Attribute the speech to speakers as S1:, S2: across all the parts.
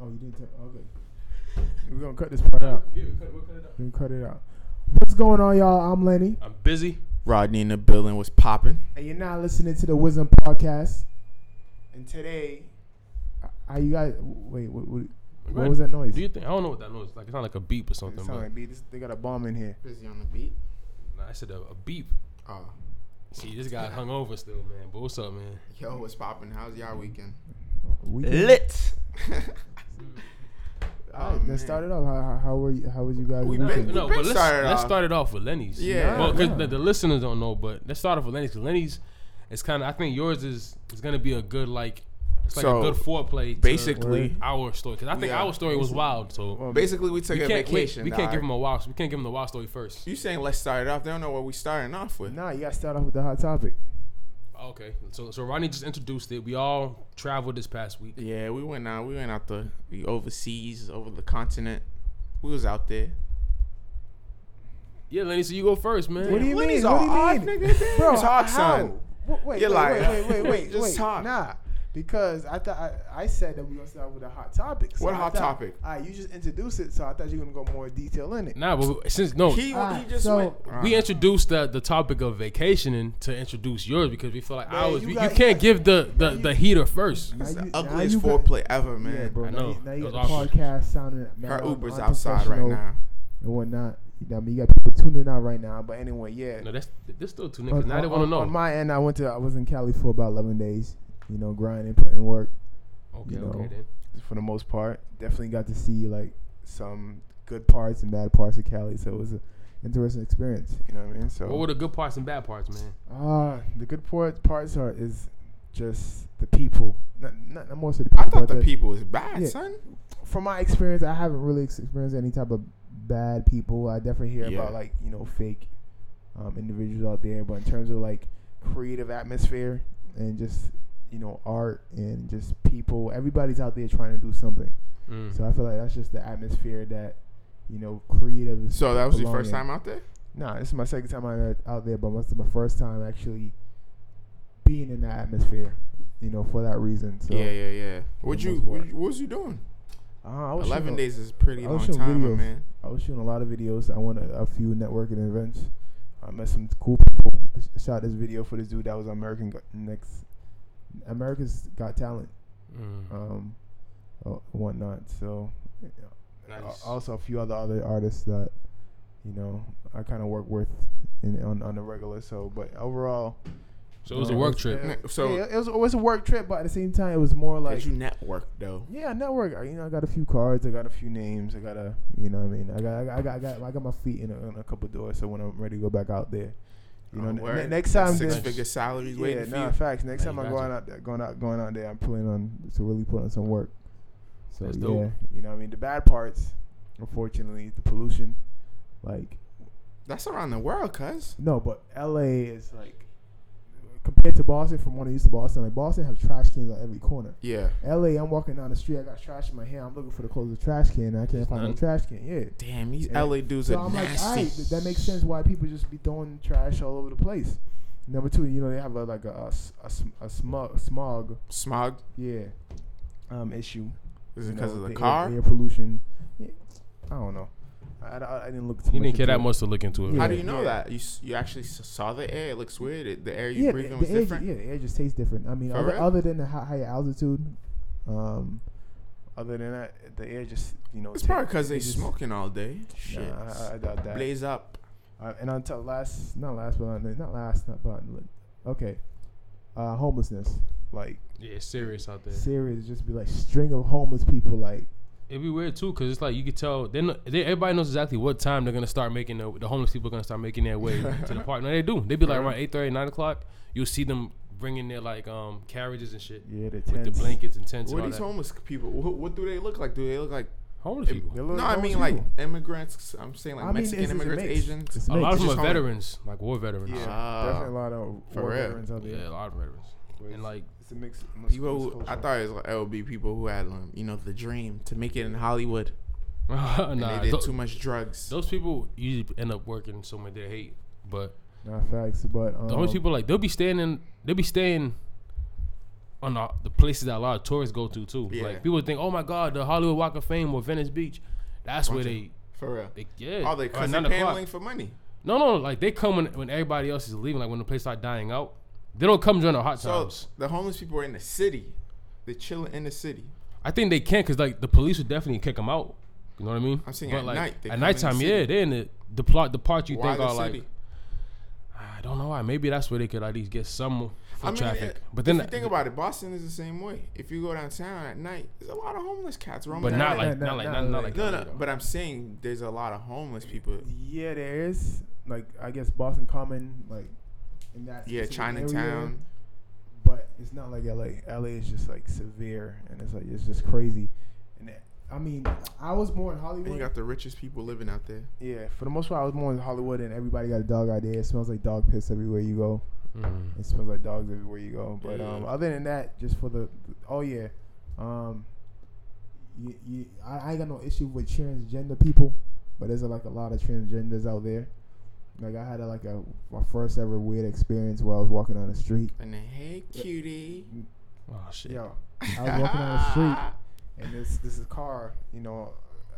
S1: Oh, you didn't. Tell, okay. We're gonna cut this part out.
S2: Yeah, we cut, we'll cut it out.
S1: We cut it out. What's going on, y'all? I'm Lenny,
S2: I'm busy.
S3: Rodney in the building was popping.
S1: and you're now listening to the Wisdom Podcast. And today, are you guys? Wait, what, what, what was that noise?
S2: Do you think? I don't know what that noise. Like it sounded like a beep or something.
S1: It
S2: But
S1: sound like, dude, this- they got a bomb in here.
S3: Busy on the beat.
S2: Nah, I said a, a beep.
S3: Oh,
S2: See, this guy hung over still, man. But what's up, man?
S3: yo, what's popping? How's y'all weekend? Oh,
S1: We can-
S3: Lit.
S1: All right, let's start it off. How, how- how were you? How was you guys?
S3: Oh, We
S1: weekend?
S3: been-
S2: no,
S3: we
S2: but let's,
S3: started
S2: let's
S3: off-
S2: start it off with Lenny's.
S3: Yeah.
S2: Well, 'cause
S1: Yeah.
S2: the, the listeners don't know, but let's start off with Lenny's. Cause Lenny's, it's kind of. I think yours is is gonna be a good like. It's like
S3: So,
S2: a good foreplay. to
S3: Basically,
S1: Word.
S2: our story. Cause I think
S3: Yeah.
S2: our story was wild. So
S1: Well,
S3: basically we took
S2: we
S3: a
S2: can't wait,
S3: vacation.
S2: we can't give
S3: dog.
S2: him a wild. We can't give him the wild story first.
S3: You saying let's start it off? They don't know what we starting off with.
S1: Nah, you gotta start off with the hot topic.
S2: Okay. So so Ronnie just introduced it. We all traveled this past week.
S3: Yeah, we went out. We went out the we overseas, over the continent. We was out there.
S2: Yeah, Lenny. So you go first, man.
S1: What do you
S3: Lenny's
S1: mean? What do you
S3: all odd,
S1: mean?
S3: nigga.
S1: Bro,
S3: It's hard,
S1: how?
S3: son.
S1: Wait, wait,
S3: You're
S1: wait,
S3: lying.
S1: wait, wait, wait,
S3: Just
S1: wait.
S3: talk.
S1: Nah, because I thought I, I said that we gonna start with a hot topic.
S3: What
S1: I
S3: hot
S1: thought-
S3: topic?
S1: All right, you just introduced it, so I thought you were gonna go more detail in it.
S2: Nah, but since no,
S3: He,
S1: Ah,
S3: he just
S1: so-
S3: went.
S2: we introduced the, the topic of vacationing to introduce yours because we feel like
S1: Man,
S2: ours.
S1: you
S2: You,
S1: got-
S2: you can't give the the, the heater first.
S1: Now
S3: It's the
S1: you- now
S3: ugliest
S1: you got-
S3: foreplay ever, man.
S1: Yeah, bro.
S2: I
S1: Now,
S2: know.
S1: you- now you
S2: It
S1: got the
S2: was awesome.
S1: podcast sounding. now
S3: Her
S1: I'm
S3: Uber's outside right
S1: unprofessional
S3: now.
S1: and whatnot. You know, what I mean, you got people tuning out right now. But anyway, yeah.
S2: No, that's that's still too
S1: On-
S2: niggas. Now they
S1: on-
S2: want to know.
S1: On my end, I went to I was in Cali for about eleven days. You know, grinding, putting work.
S2: okay,
S1: you know.
S2: okay then.
S1: for the most part. Definitely got to see like some good parts and bad parts of Cali, so it was an interesting experience. You know what I mean? So
S2: What were the good parts and bad parts, man?
S1: ah, the good part, parts are is just the people. Not, not, not most of the
S3: I
S1: people.
S3: thought
S1: out
S3: the
S1: there.
S3: people was bad,
S1: Yeah.
S3: son.
S1: From my experience, I haven't really ex- experienced any type of bad people. I definitely hear
S3: Yeah.
S1: about like you know fake um, individuals out there, but in terms of like creative atmosphere and just you know art and just people, everybody's out there trying to do something.
S2: Mm.
S1: So I feel like that's just the atmosphere that, you know, creative.
S3: So that was your
S1: belong
S3: first
S1: in.
S3: time out there.
S1: Nah, this is my second time out, out there, but this is my first time actually being in that atmosphere. You know, for that reason. So
S3: yeah, yeah, yeah. What
S1: most
S3: you,
S1: part.
S3: what you- what was you doing?
S1: Uh, I was
S3: Eleven
S1: shooting,
S3: days is a pretty
S1: I
S3: long
S1: was
S3: time,
S1: shooting
S3: my
S1: videos.
S3: man.
S1: I was shooting a lot of videos. I went to a few networking events. I met some cool people. I sh- shot this video for this dude that was on American Got- Next. America's Got Talent,
S2: Mm.
S1: um, or whatnot. So Al-
S2: Nice.
S1: Uh, also a few other other artists that you know I kind of work with in, on on the regular. So, but overall,
S2: So it was
S1: uh,
S2: a work trip.
S1: yeah,
S3: So-
S1: yeah, it was it was a work trip, but at the same time, it was more like
S3: Did you network though?
S1: yeah, network. I- You know, I got a few cards, I got a few names, I got a you know what I mean. I got I got I got, I got, I got my feet in a, in a couple doors. So when I'm ready to go back out there, you know,
S3: Oh,
S1: ne-
S3: word.
S1: ne- next time
S3: six
S1: then-
S3: figure salaries
S1: yeah,
S3: waiting for
S1: nah,
S3: you.
S1: facts. Next
S2: Nah,
S1: time
S2: you
S1: I'm
S2: got
S1: going out there, going out, going out there, I'm pulling on to really put on some work. So
S2: That's
S1: yeah,
S2: dope.
S1: you know, what I mean, the bad parts, unfortunately, the pollution. Like
S3: That's around the world, cuz.
S1: no, but L.A. is like compared to Boston. From when I used to Boston, like Boston have trash cans on every corner.
S3: Yeah.
S1: L.A. I'm walking down the street, I got trash in my hand. I'm looking for the closest trash can, and I can't
S2: There's
S1: find
S2: none.
S1: no trash can. Yeah.
S3: Damn, these
S1: Yeah.
S3: LA dudes
S1: So
S3: are
S1: I'm like,
S3: nasty.
S1: all right, that makes sense. Why people just be throwing trash all over the place. Number two, you know they have a, like a, a, s- a sm- a smog smog
S3: Smog
S1: yeah um issue
S3: is
S1: you
S3: it because
S1: know,
S3: of the,
S1: air-
S3: car?
S1: air, pollution yeah, i don't know I, I, I didn't look too
S2: He
S1: much
S2: didn't care
S1: into
S2: that
S1: it.
S2: much to look into it.
S1: Yeah.
S3: How
S2: man.
S3: do you know
S1: yeah.
S3: that? You s- you actually s- saw the air. It looks weird. It- the air you
S1: yeah,
S3: breathing
S1: the,
S3: was
S1: the air,
S3: different.
S1: yeah the air just tastes different i mean
S3: For
S1: other,
S3: real?
S1: other than the high, higher altitude um other than that the air just you know
S3: It's
S1: ta-
S3: probably because
S1: it
S3: they
S1: just-
S3: smoking all day.
S1: nah,
S3: Shit.
S1: I, I doubt that
S3: Blaze up.
S1: Uh, and until last not last but not, not last not but okay uh homelessness like
S2: Yeah, it's serious out there.
S1: serious just be like string of homeless people like
S2: It'd be weird too, cause it's like you could tell. Then they, everybody knows exactly what time they're gonna start making the, the homeless people are gonna start making their way to the park. No, they do. They'd be like around eight thirty, nine o'clock. You'll see them bringing their like um carriages and shit
S1: yeah the
S2: with the
S1: tents.
S2: blankets and tents.
S3: What are
S2: and
S3: these
S2: all that.
S3: homeless people? What, what do they look like? Do they look like?
S2: homeless people?
S1: They look
S3: No,
S1: like
S3: I mean
S1: homeless
S3: like
S1: people.
S3: immigrants. I'm saying like
S1: I mean,
S3: Mexican
S1: it's- it's a
S3: immigrants,
S1: mix.
S3: Asians.
S1: It's
S2: A lot
S1: mixed.
S2: of them
S3: just
S2: are
S3: homeless.
S2: veterans, like war veterans.
S1: Yeah,
S2: Yeah,
S3: Ah.
S1: definitely a lot of
S3: For
S1: war
S3: real.
S1: veterans out there.
S2: a lot of veterans.
S1: Where
S2: And
S1: it's-
S2: like,
S1: it's a mix.
S3: People, who, I thought it was like LB people who had, um, you know, the dream to make it in Hollywood. And
S2: nah,
S3: they did
S2: tho-
S3: too much drugs.
S2: those people usually end up working somewhere they hate. But
S1: not facts, but um,
S3: Uh-huh.
S2: the homeless people, like, they'll be staying in, they'll be staying on the, the places that a lot of tourists go to too.
S3: Yeah.
S2: Like people think, oh my God, the Hollywood Walk of Fame or Venice Beach. That's where they,
S3: for real.
S2: they yeah.
S3: Oh, they
S2: at
S3: cause they're
S2: nine
S3: paneling for money.
S2: No, no, like they come when, when everybody else is leaving, like when the place start dying out. They don't come during the hot
S3: So
S2: times.
S3: the homeless people are in the city. They're chilling in the city.
S2: I think they can't because like the police would definitely kick them out. You know what I mean?
S3: I'm saying
S2: But,
S3: at
S2: like,
S3: night, they
S2: at
S3: come in the
S2: nighttime,
S3: city.
S2: yeah, they're in the the plot the part you
S3: Why
S2: think
S3: the
S2: are
S3: city?
S2: like I don't know why. Maybe that's where they could at least get some foot
S3: I mean,
S2: traffic.
S3: uh,
S2: But then
S3: if you think about it, Boston is the same way. If you go downtown at night, there's a lot of homeless cats roaming.
S2: but not like
S3: around.
S1: Nah,
S2: not
S1: nah,
S2: like
S1: nah,
S2: not, not
S1: nah,
S2: like
S3: no, no. But I'm saying there's a lot of homeless people.
S1: Yeah, there is like I guess Boston Common, like in that
S3: Yeah,
S1: specific area,
S3: Chinatown.
S1: but it's not like LA. LA is just like severe, and it's like it's just crazy. And it- I mean, I was born in
S3: And
S1: Hollywood.
S3: you got the richest people living out there.
S1: yeah, for the most part, I was born in Hollywood, and everybody got a dog out there. It smells like dog piss everywhere you go.
S2: Mm.
S1: It smells like dogs everywhere you go. But
S3: Yeah.
S1: um, other than that, just for the oh yeah, um, you, you, I, I ain't got no issue with transgender people, but there's like a lot of transgenders out there. Like I had a, like a my first ever weird experience where I was walking down the street.
S3: And then, hey, cutie.
S2: Oh shit.
S1: Yo, I was walking down the street, and this this is car, you know,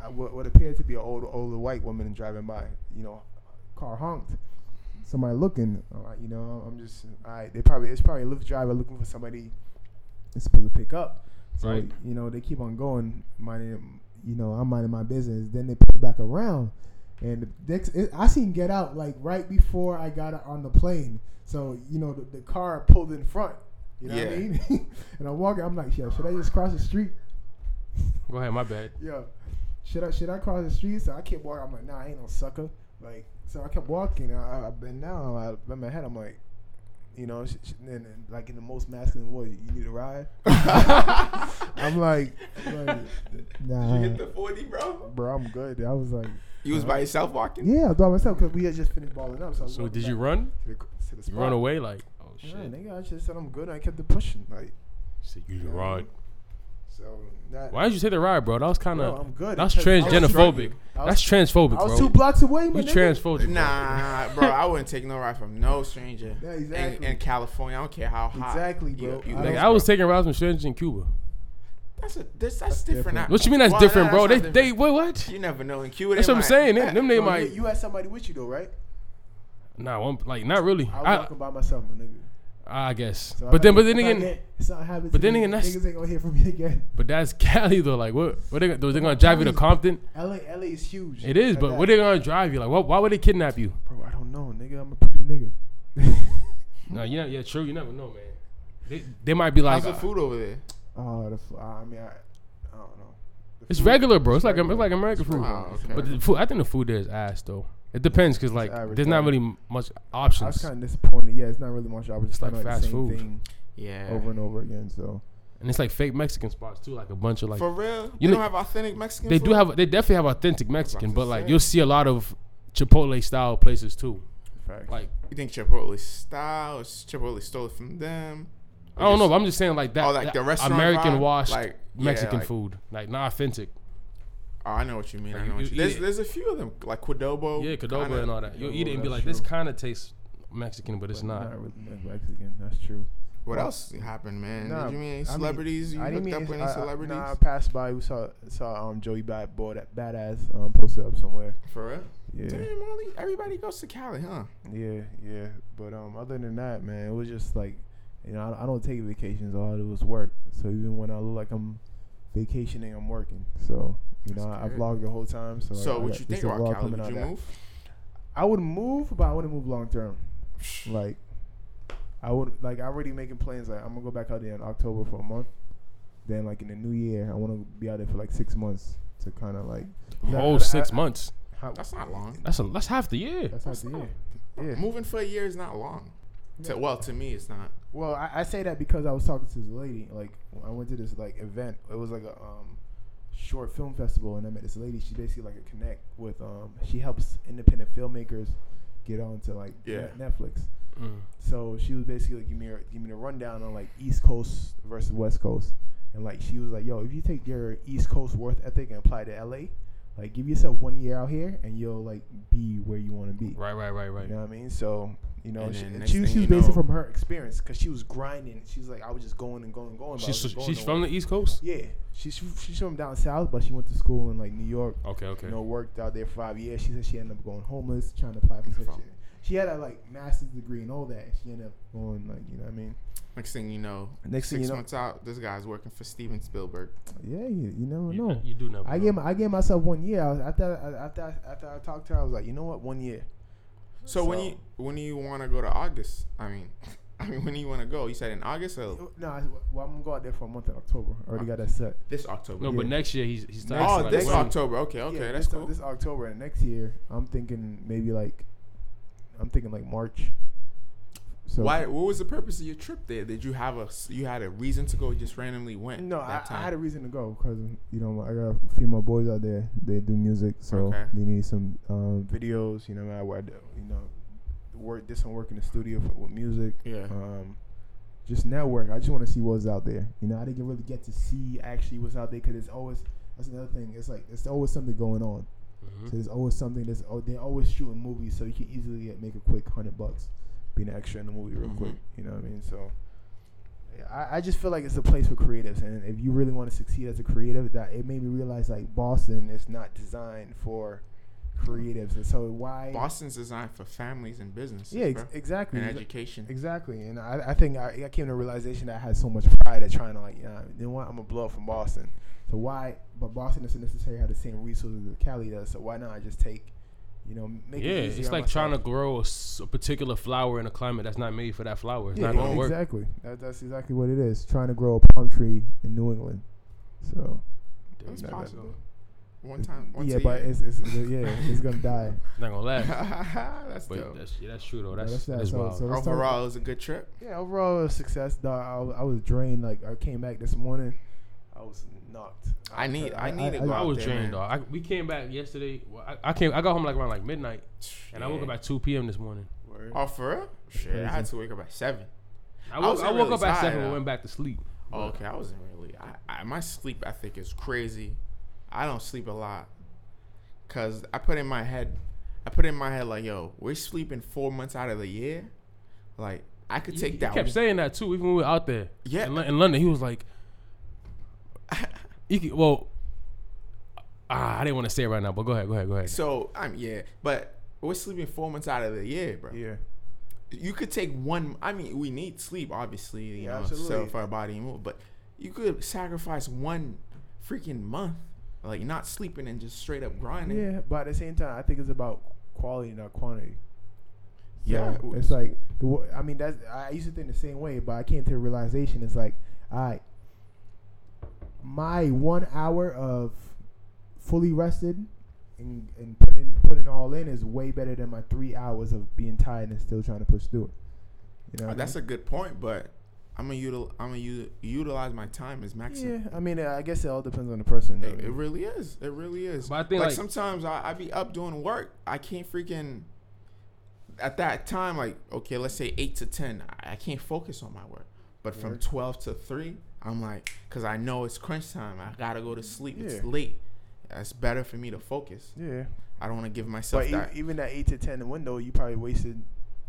S1: uh, what, what appeared to be an old older white woman driving by. You know, car honked. Somebody looking, all right, you know, I'm just, all right. They probably it's probably a Lyft driver looking for somebody. It's supposed to pick up, so
S2: Right.
S1: you know they keep on going, minding, you know, I'm minding my business. Then they pull back around, and the next, it, I seen Get Out like right before I got on the plane. So you know the, the car pulled in front. You know what I
S3: Yeah.
S1: mean? and I'm walking. I'm like, yo, should I just cross the street?
S2: Go ahead, my bad.
S1: yo, should I should I cross the street? So I kept walking. I'm like, nah, I ain't no sucker. Like, so I kept walking. I, I, I bent down. I bent my head. I'm like, you know, sh- sh- and, and like in the most masculine voice, you need a ride. I'm like, like, nah,
S3: You hit the 40, bro?
S1: bro, I'm good. I was like,
S3: You was by yourself walking?
S1: yeah, I was by myself because we had just finished balling up. So, I was
S2: So
S1: walking
S2: did you
S1: back
S2: run?
S1: To the, to the
S2: You
S1: spot.
S2: run away like oh shit.
S1: Yeah, nigga, I just said I'm good. I kept it pushing. Like,
S2: So you the rod.
S1: so that.
S2: Why did you say the ride, bro? That was kind
S1: No,
S2: of
S1: I'm good.
S2: that's
S1: Because I was
S2: transgenophobic.
S1: driving. I
S2: That's
S1: was-
S2: transphobic,
S1: I was
S2: bro.
S1: two blocks away, my
S2: you
S1: nigga.
S2: transphobic. bro.
S3: Nah, bro, I wouldn't take no ride from no stranger.
S1: Yeah,
S3: In-
S1: exactly.
S3: In, California, I don't care how hot.
S1: Exactly, bro. I
S2: Like
S1: don't-
S2: I was taking rides from strangers in Cuba.
S3: That's, a, that's, that's different.
S1: different.
S2: What you mean that's
S3: Well,
S2: different,
S3: no,
S2: bro? They
S3: that's not
S2: they wait what?
S3: You never know. In Cuba,
S2: That's
S3: they
S2: what I'm
S3: might-
S2: saying. Them, them they
S1: Yo,
S2: might
S1: You, you had somebody with you though, right?
S2: nah, one, like not really.
S1: I was
S2: I,
S1: walking by myself, my nigga.
S2: I guess.
S1: So I
S2: but then, but
S1: gotta-
S2: then
S1: if I
S2: again,
S1: get- it's not happening.
S2: but then again, that's-
S1: niggas ain't gonna hear from me again.
S2: but that's Cali though. Like what? What they, gonna- they gonna drive you to
S1: Cali's-
S2: Compton?
S1: LA, LA is huge.
S2: It is,
S1: Like
S2: but
S1: that.
S2: what they gonna drive you? Like what? Why would they kidnap you?
S1: Bro, I don't know, nigga. I'm a pretty nigga.
S2: No, yeah, yeah, true. You never know, man. They, they might be like
S3: How's the food over there?
S1: Oh, the f- I mean, I, I don't know. The
S2: it's
S1: food-
S2: regular, bro. It's like it's
S1: regular.
S2: like American food.
S3: regular. Oh, okay.
S2: But the food, I think the food there is ass though. It depends because like
S1: average,
S2: there's not
S1: right?
S2: really m- much
S1: I was
S2: options,
S1: kind of disappointed. Yeah, it's not really much. I was just
S2: like
S1: kinda like
S2: fast
S1: the same
S2: food.
S1: thing
S3: Yeah.
S1: over and over again. So
S2: and it's like fake Mexican spots too. Like a bunch of like
S3: For real?
S2: You
S3: You
S2: know-
S3: don't have authentic Mexican
S2: they
S3: food?
S2: do have they definitely have authentic Mexican,
S3: to
S2: but like
S3: say.
S2: you'll see a lot of Chipotle style places too.
S1: facts.
S2: Like
S3: You think Chipotle style? Or Chipotle stole it from them?
S2: I don't know, but I'm just saying like that,
S3: Oh, like
S2: that
S3: the restaurant
S2: American
S3: vibe?
S2: washed
S3: Like, yeah,
S2: Mexican
S3: like-
S2: food, like not authentic.
S3: Oh, I know what you mean.
S2: Like,
S3: I know
S2: you-
S3: what
S2: you
S3: you There's,
S2: eat it.
S3: there's a few of them, like Cordoba.
S2: Yeah, Cadoba
S3: Oh, kinda.
S2: and all that. You'll eat it and be
S1: That's
S2: like, this
S1: true.
S2: kind of tastes Mexican, but it's
S1: But
S2: not.
S1: not really like Mexican. That's true.
S3: What else happened, man?
S1: Nah,
S3: Did you meet any
S1: I mean-
S3: celebrities?
S1: I
S3: you
S1: didn't
S3: hooked
S1: mean
S3: up with any
S1: I- I-
S3: celebrities?
S1: Nah, I passed by. We saw saw um Joey Bad Boy that badass um posted up somewhere.
S3: For real?
S1: Yeah,
S3: Damn, Molly, everybody goes to Cali, huh?
S1: yeah, yeah. But um, other than that, man, it was just like, you know, I, I don't take vacations. All I do is work. So even when I look like I'm vacationing, I'm working. So you know, I, I
S3: good.
S1: vlog the whole time. So
S3: so,
S1: I
S3: what
S1: got- this
S3: you think
S1: is a
S3: about
S1: vlog
S3: Cali?
S1: coming
S3: Would
S1: out
S3: you
S1: of that.
S3: move?
S1: I would move, but I wouldn't move long term. Like, I would like I already making plans. Like I'm gonna go back out there in October for a month. Then like in the new year, I want to be out there for like six months to kind of like
S2: Whole
S1: Yeah, I-
S2: six
S1: I-
S2: months.
S1: how,
S3: That's not long.
S2: That's a, that's half the year.
S1: That's not
S3: That's
S1: the
S3: not-
S1: year. Yeah.
S3: Moving for a year is not long. To, well, to me, it's not.
S1: Well, I, I say that because I was talking to this lady. Like, I went to this like event. It was like a um, short film festival, and I met this lady. She basically like a connect with. Um, she helps independent filmmakers get onto like
S3: Yeah.
S1: Net- Netflix.
S2: Mm.
S1: So she was basically like, give me a- give me the rundown on like East Coast versus West Coast, and like she was like, yo, if you take your East Coast worth ethic and apply to LA, Like, give yourself one year out here, and you'll like be where you want to be.
S2: Right, right, right, right.
S1: You know what I mean? So, you know,
S3: And
S1: she,
S3: then next
S1: she,
S3: thing
S1: she was
S3: you
S1: basing
S3: know-
S1: from her experience because she was grinding. She's like, I was just going and going and going. but I
S2: She's
S1: wasn't going
S2: she's
S1: nowhere.
S2: from the East Coast.
S1: Yeah, she's she's from down south, but she went to school in like New York.
S2: Okay, okay.
S1: You know, worked out there five years. She said she ended up going homeless, trying to apply for some
S3: Fuck.
S1: shit. She had a like master's degree and all that. She ended up going like, you know what I mean?
S3: Next thing you know,
S1: Next thing
S3: six
S1: you know-
S3: months out, this guy's working for Steven Spielberg.
S1: Yeah, you, you never
S2: You,
S1: know.
S2: you do know.
S1: I gave my, I gave myself one year. I was, after I- after I- after I talked to her, I was like, you know what, one year.
S3: So, when
S1: So-
S3: you when do you want to go to August? I mean, I mean when do you want to go? You said in August
S2: Oh.
S3: or
S1: No, I, well, I'm gonna go out there for a month in October. I already got that set.
S3: this October?
S2: No, but
S1: Yeah.
S2: next year he's he's.
S1: Next-
S2: talking
S3: oh,
S2: like
S3: this
S2: when-
S3: October. Okay, okay,
S1: Yeah,
S3: that's
S1: this, uh,
S3: cool.
S1: This October and next year, I'm thinking maybe like, I'm thinking like March. So
S3: Why? What was the purpose of your trip there? Did you have a s- you had a reason to go? You just randomly went?
S1: No, I,
S3: that
S1: I
S3: time?
S1: had a reason to go because you know I got a few more boys out there. They do music, so
S3: Okay.
S1: they need some um, videos. You know, man, where I do, you know, work did some work in the studio for, with music.
S3: Yeah.
S1: Um, just network. I just want to see what's out there. You know, I didn't really get to see actually what's out there because it's always that's another thing. It's like it's always something going on.
S2: Mhm.
S1: So there's always something that's oh, they're always shooting movies, so you can easily get, make a quick hundred bucks being an extra in the movie real
S3: Mhm.
S1: quick. You know what I mean? So yeah, I, I just feel like it's a place for creatives, and if you really want to succeed as a creative, that it made me realize like Boston is not designed for creatives, and so why?
S3: Boston's designed for families and businesses.
S1: yeah, ex-
S3: bro,
S1: exactly.
S3: and
S1: Exa-
S3: education.
S1: Exactly, and I, I think I, I came to the realization that I had so much pride at trying to like, you know, you know what, I'm a blow up from Boston. So why? But Boston doesn't necessarily have the same resources that Cali does. So why not just take, you know, make
S2: yeah,
S1: it easier
S2: it's
S1: on
S2: like
S1: myself.
S2: trying to grow a, s- a particular flower in a climate that's not made for that flower. It's not
S1: Yeah,
S2: gonna work.
S1: exactly. That, that's exactly what it is. Trying to grow a palm tree in New England. So
S3: That's
S1: Yeah, that-
S3: possible. One time, once
S1: yeah,
S3: a
S1: but
S3: year.
S1: it's, it's yeah, it's gonna die.
S2: Not gonna last.
S3: that's
S2: But
S3: dope.
S2: that's yeah, that's true though.
S1: Yeah,
S2: That's
S1: that's that.
S2: that's
S1: So-
S2: wild.
S1: so- let's talk-
S3: Overall, it was a good trip.
S1: Yeah, overall it was a success. Dog, I, was- I was drained. Like I came back this morning, I was knocked.
S3: I need, I
S1: I-
S3: need to
S1: I-
S3: go.
S1: I
S2: I
S3: out
S2: was
S3: there, man.
S2: drained though. I, we came back yesterday. Well, I, I came. I got home like around like midnight, and I woke
S3: Yeah.
S2: up at two p.m. this morning.
S3: Oh, for real? Shit, I had
S1: Crazy.
S3: to wake up at seven.
S2: I
S3: I
S2: woke,
S3: wasn't
S2: I woke
S3: really
S2: up at
S3: tired,
S2: seven and
S3: though.
S2: went back to sleep.
S3: Oh, okay, I wasn't really. I, I my sleep ethic is crazy. I don't sleep a lot, cause I put in my head, I put in my head like, yo, we're sleeping four months out of the year. Like I could
S2: You-
S3: take
S2: you
S3: that.
S2: kept
S3: one-
S2: saying that too, even when we were out there.
S3: Yeah.
S2: In, Lon- in London, he was like, you can, "Well, ah, I didn't want to say it right now, but go ahead, go ahead, go ahead."
S3: so I'm yeah, but we're sleeping four months out of the year, bro.
S1: Yeah.
S3: you could take one. I mean, we need sleep, obviously, you
S1: Yeah,
S3: know, so
S1: absolutely.
S3: for our body to move. But you could sacrifice one freaking month, like not sleeping and just straight up grinding.
S1: Yeah, but at the same time, I think it's about quality, not quantity. So
S3: Yeah, it
S1: it's like the wo- I mean that's I used to think the same way, but I came to the realization it's like, all right, my one hour of fully rested and and putting putting all in is way better than my three hours of being tired and still trying to push through it. You know, what I
S3: Uh, that's
S1: mean?
S3: a good point. But I'm gonna util- I'm gonna u- utilize my time as maximum.
S1: yeah. I mean, uh, I guess it all depends on the person. though.
S3: It, it really is. It really is.
S2: But I think,
S3: like,
S2: like-
S3: sometimes I, I be up doing work. I can't freaking at that time. Like okay, let's say eight to ten. I, I can't focus on my work. But from
S1: Work.
S3: twelve to three, I'm like, cause I know it's crunch time. I gotta go to sleep. It's
S1: Yeah.
S3: late. That's better for me to focus.
S1: yeah,
S3: I don't want to give myself
S1: but e-
S3: that.
S1: even that eight to ten window, you probably wasted.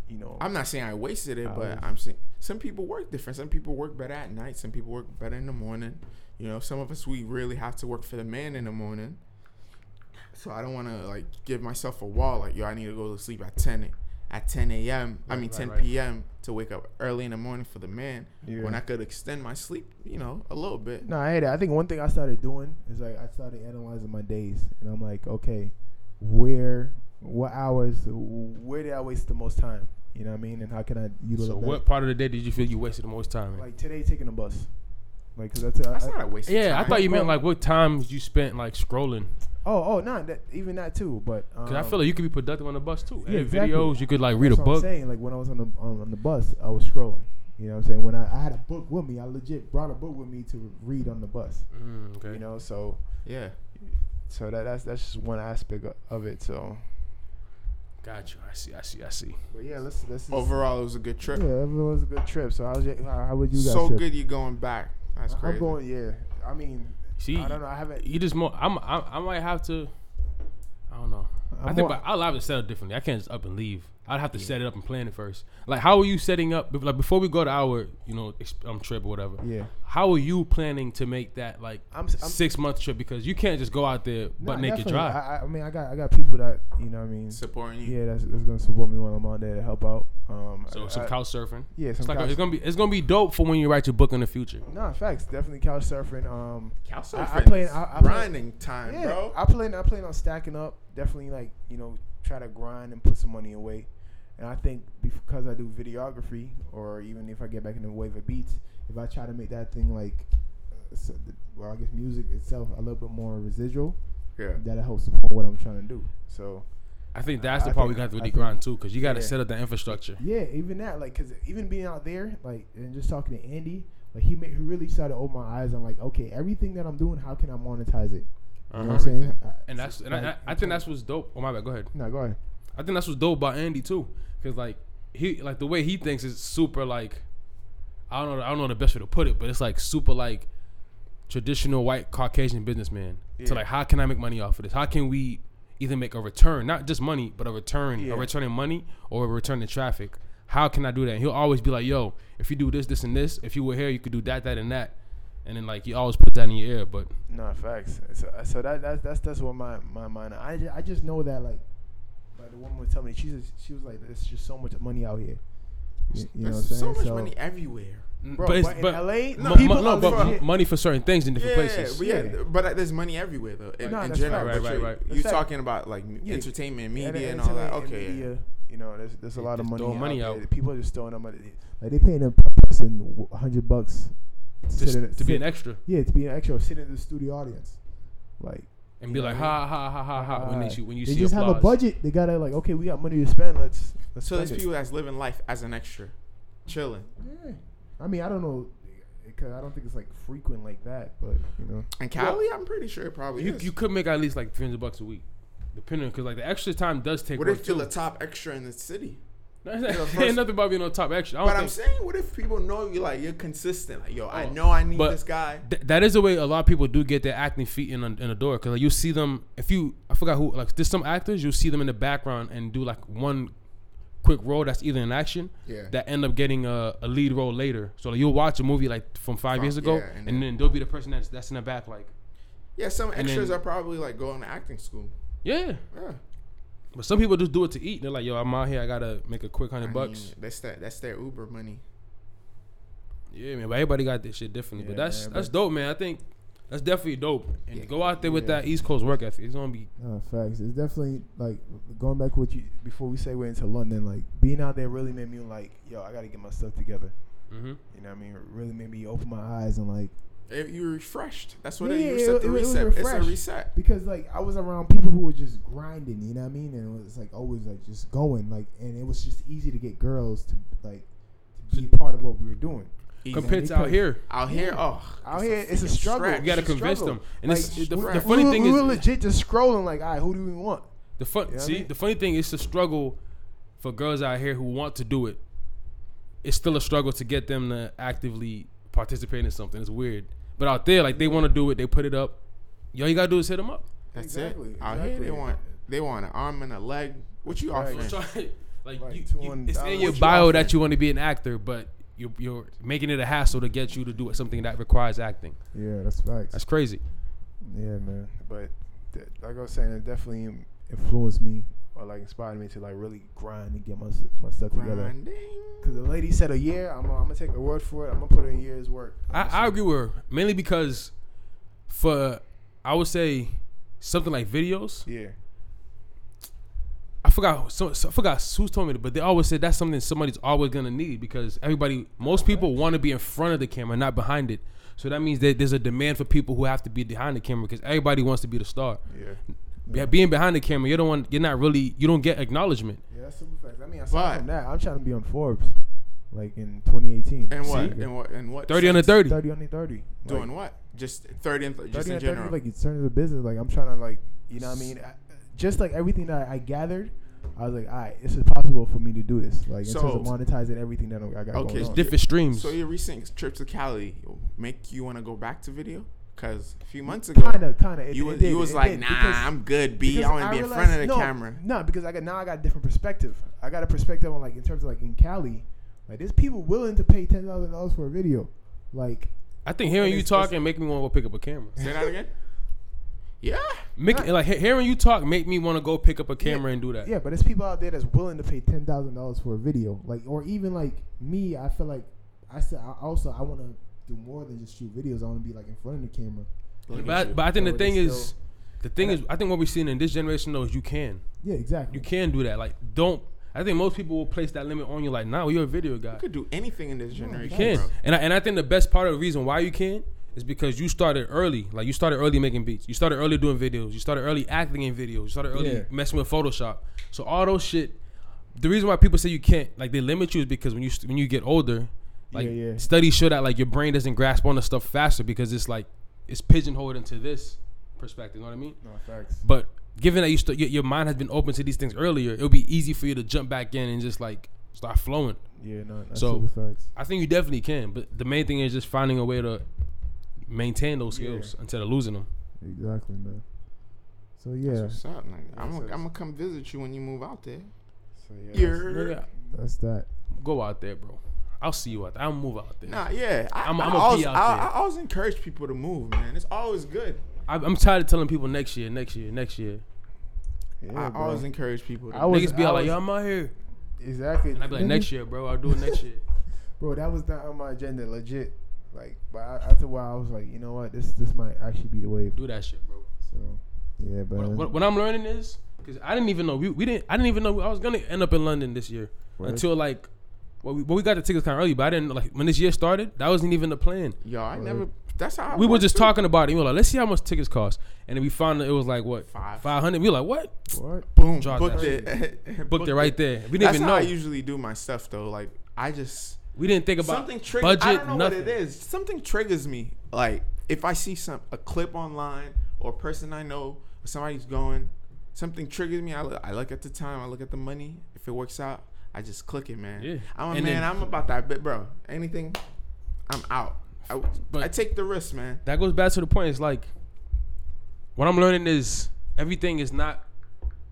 S1: You know,
S3: I'm not saying I wasted it,
S1: Hours.
S3: but I'm saying some people work different. Some people work better at night. Some people work better in the morning. You know, some of us we really have to work for the man in the morning. So I don't want to like give myself a wall. Like yo, I need to go to sleep at ten at ten a.m. I
S2: Right,
S3: mean
S2: right,
S3: ten
S2: right.
S3: p.m. to wake up early in the morning for the man.
S1: Yeah.
S3: When I could extend my sleep, you know, a little bit.
S1: No, I hate it. I think one thing I started doing is like I started analyzing my days, and I'm like, okay, where, what hours, where did I waste the most time? You know what I mean? And how can I utilize
S2: So,
S1: that?
S2: what part of the day did you feel you wasted the most time? in?
S1: Like today, taking a bus, like because that's,
S3: That's
S1: I,
S3: not a waste. of
S2: yeah, I
S3: time.
S2: thought you meant like what times you spent like scrolling.
S1: oh oh no, that, even that too. But um,
S2: Cause I feel like you could be productive on the bus too.
S1: yeah,
S2: Edit
S1: exactly.
S2: videos, you could like read
S1: that's
S2: a
S1: what I'm
S2: book.
S1: saying like when I was on the on, on the bus, I was scrolling. You know what I'm saying? When I, I had a book with me, I legit brought a book with me to read on the bus.
S2: Mm, okay.
S1: You know, so
S3: Yeah.
S1: so that that's that's just one aspect of- of it. So,
S2: Got you. I see. I see. I see.
S1: but yeah, let's let's just-
S3: Overall, it was a good trip.
S1: Yeah, it was a good trip. So how was your, how, how would you guys?
S3: so
S1: trip?
S3: good you going back. That's crazy.
S1: I'm going. Yeah, I mean,
S2: See,
S1: I don't know. I haven't.
S2: you just more. I'm. I, I might have to.
S1: I'm
S2: i think,
S1: more-
S2: but I'll have it set up differently. I can't just up and leave. I'd have to set it up and plan it first. Like, how are you setting up? Like before we go to our, you know, exp- um, trip or whatever.
S1: yeah.
S2: How are you planning to make that like
S1: I'm- I'm-
S2: six month trip? Because you can't just go out there but
S1: Nah,
S2: make it
S1: definitely.
S2: dry.
S1: I, I- I mean, I got I got people that you know. what I mean,
S3: supporting you.
S1: yeah, that's, that's gonna support me when I'm on there to help out. Um,
S2: so
S1: I,
S2: some
S1: I-
S2: couch surfing.
S1: yeah, some
S2: It's, like a-
S1: couch-
S2: it's gonna be it's gonna be dope for when you write your book in the future.
S1: Nah, facts. Definitely couch surfing. Um,
S3: Couch
S1: I- I
S3: surfing
S1: played-
S3: is
S1: I- I played-
S3: grinding time,
S1: yeah,
S3: bro.
S1: I plan. I plan on stacking up. Definitely, like you know, try to grind and put some money away. And I think because I do videography, or even if I get back into wave of beats, if I try to make that thing like, uh, so the- well, I guess music itself a little bit more residual,
S3: yeah.
S1: that'll help support what I'm trying to do. So
S2: I think that's the
S1: I
S2: part we
S1: think-
S2: got to
S1: I
S2: really
S1: think-
S2: grind too, because you got to
S1: yeah.
S2: set up the infrastructure.
S1: Yeah, even that, like, cause even being out there, like, and just talking to Andy, like, he made, he really started to open my eyes on, like, okay, everything that I'm doing, how can I monetize it? You know what I'm
S2: Uh-huh.
S1: saying?
S2: And that's and I, I I think that's what's dope. Oh my bad, go ahead.
S1: no, go ahead.
S2: I think that's what's dope about Andy too, because like he like the way he thinks is super like I don't know I don't know the best way to put it, but it's like super like traditional white Caucasian businessman. So
S3: Yeah.
S2: like, how can I make money off of this? How can we either make a return, not just money, but a return,
S3: Yeah.
S2: a return in money or a return in traffic? How can I do that? And he'll always be like, "Yo, if you do this, this, and this, if you were here, you could do that, that, and that." And then like he always puts that in your ear, but
S1: No facts. So, uh, so that that's that's that's what my my mind. I just, I just know that like, like the woman was telling me, she's she was like, there's just so much money out here. You, you know what I'm
S3: There's
S1: saying?
S3: so much money everywhere.
S1: Bro,
S2: but, it's,
S1: but in
S2: but
S1: LA,
S2: mo-
S1: people
S2: mo- no,
S1: are
S2: but
S1: legit-
S2: money for certain things in different
S3: yeah,
S2: places.
S3: But yeah,
S1: Yeah.
S3: but uh, there's money everywhere though. In,
S1: No,
S3: in
S1: that's
S3: general,
S1: fact.
S3: but
S2: Right,
S3: you're,
S2: right, right.
S1: That's
S3: you're
S1: fact.
S3: talking about like m
S1: Yeah.
S3: entertainment, media, and,
S1: it's
S3: all
S1: like
S3: that.
S1: in
S3: Okay, yeah.
S1: media, you know, there's there's a lot of
S2: Just
S1: money.
S2: throwing money
S1: out.
S2: out.
S1: there that People are just throwing out money. Like they paying a p- person w- a hundred bucks
S2: Just
S1: sit in a-
S2: to be
S1: sit-
S2: an extra.
S1: Yeah, to be an extra, or sit in the studio audience, like
S2: and be
S1: You know
S2: like
S1: what I
S2: ha ha ha ha ha Ah, when they
S1: uh,
S2: see when you
S1: they
S2: see
S1: just have a
S2: applause.
S1: budget. They gotta like, okay, we got money to spend. Let's let's.
S3: So
S1: spend
S3: there's
S1: it.
S3: people that's living life as an extra, chilling.
S1: Yeah. I mean, I don't know, because I don't think it's like frequent like that. But you know,
S3: And Cali, I'm pretty sure it probably
S2: You
S3: is.
S2: you could make at least like three hundred bucks a week, depending because like the extra time does take.
S3: what
S2: work,
S3: if you're
S2: too.
S3: the top extra in the city? the
S2: Ain't
S3: first-
S2: nothing about being on top extra. I
S3: But
S2: don't
S3: I'm
S2: think,
S3: saying, what if people know you like you're consistent? Like, yo, I
S2: Oh.
S3: know I need
S2: But-
S3: this guy.
S2: Th- that is the way a lot of people do get their acting feet in in the door because like you see them if you I forgot who like there's some actors you'll see them in the background and do like one quick role that's either in action
S3: Yeah.
S2: that end up getting a, a lead role later so like, you'll watch a movie like from five
S3: From-
S2: years ago
S3: yeah,
S2: and,
S3: and
S2: then,
S3: then-
S2: they'll be the person that's that's in the back like
S3: Yeah, some extras
S2: then-
S3: are probably like going to acting school.
S2: yeah
S3: Yeah,
S2: but some people just do it to eat they're like yo I'm out here I gotta make a quick
S3: I
S2: hundred
S3: mean,
S2: bucks
S3: that's that. That's their Uber money.
S2: Yeah, man. But everybody got this shit differently. but
S1: Yeah,
S2: that's
S1: man, but-
S2: that's dope, man. I think that's definitely dope. And
S3: Yeah.
S2: go out there with
S1: Yeah.
S2: that East Coast work ethic. It's gonna be
S1: uh, facts. It's definitely like going back with you before we segue into London. Like being out there really made me like, yo, I gotta get my stuff together.
S2: mm-hmm.
S1: You know, what I mean, It really made me open my eyes and like
S3: It, you're refreshed. That's what
S1: Yeah,
S3: it,
S1: yeah,
S3: you said.
S1: it-
S3: the
S1: it was
S3: reset. It's a
S1: refreshed.
S3: reset.
S1: because like I was around people who were just grinding. You know what I mean? And it was like always like just going like, and it was just easy to get girls to like to be part of what we were doing.
S3: Easy.
S2: compared to out
S1: because-
S2: here.
S3: out here, oh,
S1: Out
S3: it's a
S1: here, it's a
S3: freaking
S1: struggle.
S3: stretch.
S2: You gotta
S1: It's a
S2: convince
S1: struggle.
S2: them. And it's,
S1: Like,
S2: the,
S3: we're-
S2: the funny
S1: we, were-
S2: thing
S1: we were
S2: is
S1: legit just scrolling like, all right, who do we want?
S2: the
S1: You
S2: fun.
S1: know what I
S2: see,
S1: mean?
S2: the funny thing is the struggle for girls out here who want to do it. It's still a struggle to get them to actively participate in something. It's weird. But out there, like they want to do it, they put it up. All you gotta do is hit them up.
S3: That's
S1: Exactly,
S3: it. Out here,
S1: exactly.
S3: they want they want an arm and a leg. What you
S1: Right.
S3: offering?
S2: like
S1: Like,
S2: you,
S1: two
S2: you-
S1: hundred
S2: it's in
S1: dollars.
S2: your
S1: What you
S2: bio
S1: offering?
S2: that you want to be an actor, but you're, you're making it a hassle to get you to do something that requires acting.
S1: Yeah, that's facts.
S2: That's crazy.
S1: Yeah, man. But th- like I was saying, it definitely influenced me or like inspired me to like really grind and get my s- my stuff together.
S3: Grinding.
S1: Because the lady said a year, I'm gonna- I'm gonna take her word for it. I'm gonna put in a year's work.
S2: I, I agree with her mainly because for I would say something like videos.
S1: Yeah,
S2: I forgot so, so I forgot who's told me, that, but they always said that's something somebody's always gonna need because everybody, most people want to be in front of the camera, not behind it. So that means that there's a demand for people who have to be behind the camera because everybody wants to be the star.
S1: yeah,
S2: Yeah, being behind the camera, you don't want, you're not really, you don't get acknowledgement.
S1: yeah. That's super facts. I mean, aside
S3: But-
S1: from that, I'm trying to be on Forbes, like in 2018.
S3: And what?
S1: See?
S3: And what? And what?
S2: Thirty under
S3: sense?
S2: thirty.
S1: 30 under 30.
S3: Doing
S1: like,
S3: what? Just thirty and th- just
S1: 30
S3: in
S1: under 30,
S3: general.
S1: like in terms of business, like I'm trying to like, you know, what I mean, I, just like everything that I, I gathered. I was like, all right, this is possible for me to do this. Like, in terms
S3: So-
S1: of monetizing everything that I got
S3: Okay,
S1: going
S3: it's
S1: on.
S2: Different streams.
S3: so your recent trip to Cali make you want to go back to video? because a few months ago,
S1: Kind of, kind of.
S3: you was, you was like, nah, I'm good, B. I want to be in front of the
S1: no,
S3: camera.
S1: No, because I got now I got a different perspective. I got a perspective on like in terms of like in Cali, like there's people willing to pay ten thousand dollars for a video, like
S2: I think hearing
S1: It
S2: you
S1: is-
S2: talking make me want to go pick up a camera.
S3: Say that again. Yeah,
S2: Make, like he- hearing you talk make me want to go pick up a camera and do that.
S1: Yeah, but there's people out there that's willing to pay ten thousand dollars for a video, like, or even like me. I feel like I said I also I want to do more than just shoot videos. I want to be like in front of the camera.
S3: Look
S2: But
S3: at
S2: I,
S3: you.
S2: but I think
S1: So
S2: the
S1: it is
S2: thing is,
S1: still-
S2: the thing is, I think what we're seeing in this generation though is you can,
S1: Yeah, exactly.
S2: you can do that. Like don't. I think most people will place that limit on you. Like, nah, you're a video guy.
S3: you could do anything in this
S2: You
S3: generation,
S2: can,
S3: bro.
S2: and I, and I think the best part of the reason why you can is because you started early. Like you started early making beats. You started early doing videos. You started early acting in videos. You started early
S1: Yeah.
S2: messing with Photoshop. So all those shit. The reason why people say you can't, like they limit you, is because when you st- when you get older, like
S1: Yeah, yeah.
S2: studies show that like your brain doesn't grasp on the stuff faster because it's like it's pigeonholed into this perspective. You know what I mean?
S1: No facts.
S2: But given that you st- your, your mind has been open to these things earlier, it'll be easy for you to jump back in and just like start flowing.
S1: Yeah, no, that's
S2: So-
S1: super facts.
S2: I think you definitely can, but the main thing is just finding a way to maintain those skills instead of losing them.
S1: Exactly, man. So
S3: That's
S1: yeah,
S3: what's up, nigga. I'm
S1: Makes
S3: gonna
S1: sense.
S3: I'm gonna come visit you when you move out there.
S1: so, yeah, that's,
S3: Yeah.
S1: that's that.
S2: Go out there, bro. I'll see you out there. I'll move out there.
S3: Nah, yeah. I,
S2: I'm-
S3: I
S2: I'ma be
S3: always,
S2: out
S3: I,
S2: there.
S3: I always encourage people to move, man. It's always good.
S2: I, I'm tired of telling people next year, next year, next year.
S1: Yeah,
S3: I
S1: bro.
S3: always encourage people. To
S1: I was-
S2: Niggas be out like,
S1: was- Mhm.
S2: yo, I'm out here.
S1: exactly.
S2: And I be like, next year, bro. I'll do it next year.
S1: bro. That was not on my agenda, legit. Like, but I, after a while, I was like, you know what? This this might actually be the wave.
S2: Do that shit, bro.
S1: So yeah, but
S2: What, what, what I'm learning is, because I didn't even know we, we didn't I didn't even know I was gonna end up in London this year
S1: Word.
S2: until like, well we, well, we got the tickets kind of early, but I didn't like when this year started. That wasn't even the plan.
S3: Yo, I
S1: Word.
S3: never. That's how I
S2: we were
S3: work,
S2: just
S3: too.
S2: talking about it. We were like, let's see how much tickets cost, and then we found that it was like what
S3: Five.
S2: five hundred. We were like, what?
S1: what?
S3: Boom,
S2: Drop
S3: booked
S2: that.
S3: it,
S2: Booked it right there. We didn't
S3: That's
S2: even
S3: how
S2: know.
S3: I usually do my stuff though. Like I just
S2: we didn't think about
S3: something triggers.
S2: budget.
S3: I don't know
S2: nothing.
S3: what it is. Something triggers me. Like if I see some a clip online or a person I know or somebody's going, something triggers me. I look, I look at the time. I look at the money. If it works out, I just click it, man.
S2: Yeah.
S3: I'm a
S2: And
S3: man.
S2: then-
S3: I'm about that, but bro, anything, I'm out. I,
S2: But-
S3: I take the risk, man.
S2: That goes back to the point. It's like what I'm learning is everything is not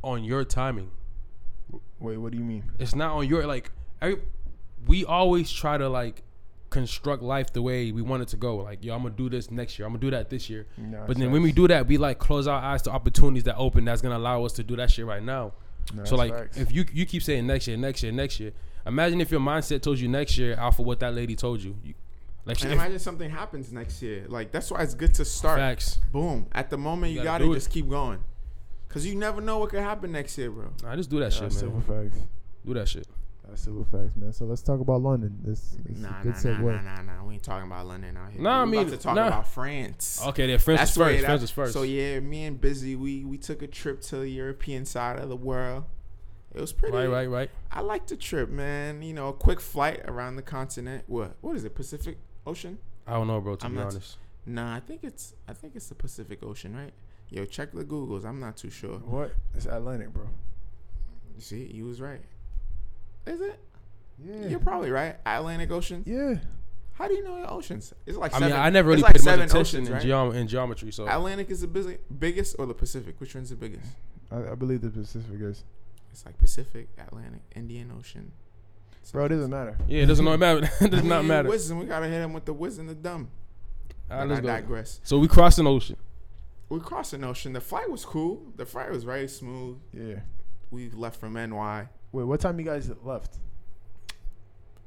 S2: on your timing.
S1: Wait, what do you mean?
S2: It's not on your like. Every, we always try to like construct life the way we want it to go. Like yo, I'm gonna do this next year. I'm gonna do that this year.
S1: Nah,
S2: But then when we
S1: facts.
S2: do that, we like close our eyes to opportunities that open. That's gonna allow us to do that shit right now.
S1: Nah,
S2: So like,
S1: facts.
S2: if you you keep saying next year, next year, next year, imagine if your mindset told you next year out for what that lady told you. you like, she,
S3: And
S2: if,
S3: imagine something happens next year. Like that's why it's good to start.
S2: facts.
S3: Boom. At the moment
S2: You
S3: you,
S2: gotta
S3: got
S2: do
S3: it,
S2: it.
S3: just keep going. Cause you never know what could happen next year, bro.
S2: Nah, just do that
S1: Nah,
S2: shit, man.
S1: super facts.
S2: Do that shit.
S1: That's super facts, man. So let's talk about London. This is
S3: Nah,
S1: a
S3: nah,
S1: good
S3: nah,
S1: segue.
S3: nah, nah, nah. We ain't talking about London out here.
S2: Nah, I
S3: we
S2: mean,
S3: about to talk
S2: nah.
S3: about France.
S2: Okay, there. Friends is
S3: where
S2: first.
S3: it
S2: Friends
S3: at.
S2: is first.
S3: So yeah, me and Busy, we we took a trip to the European side of the world. It was pretty.
S2: Right, right, right.
S3: I liked the trip, man. You know, a quick flight around the continent. What? What is it? Pacific Ocean?
S2: I don't know, bro. To
S3: I'm
S2: be
S3: not-
S2: honest,
S3: Nah, I think it's I think it's the Pacific Ocean, right? Yo, check the Googles. I'm not too sure.
S1: What? It's Atlantic, bro.
S3: See, you was right. Is it?
S1: Yeah.
S3: You're probably right. Atlantic Ocean.
S1: yeah.
S3: How do you know your oceans? It's like
S2: I
S3: seven.
S2: mean, I never really
S3: it's like
S2: paid much
S3: seven
S2: attention
S3: oceans,
S2: in,
S3: right?
S2: geom- in geometry. So
S3: Atlantic is the busy, biggest or the Pacific? Which one's the biggest?
S1: I, I believe the Pacific is.
S3: It's like Pacific, Atlantic, Indian Ocean.
S1: Bro, it doesn't matter.
S2: yeah, it doesn't know- matter. it does
S3: I
S2: not
S3: mean,
S2: matter. All
S3: Wisdom, we gotta hit him with the wisdom, the dumb.
S2: right,
S3: but I
S2: let's go.
S3: digress.
S2: So we crossed an ocean.
S3: We crossed an ocean. The flight was cool. The flight was very smooth.
S1: Yeah.
S3: We left from NY.
S1: Wait, what time you guys left?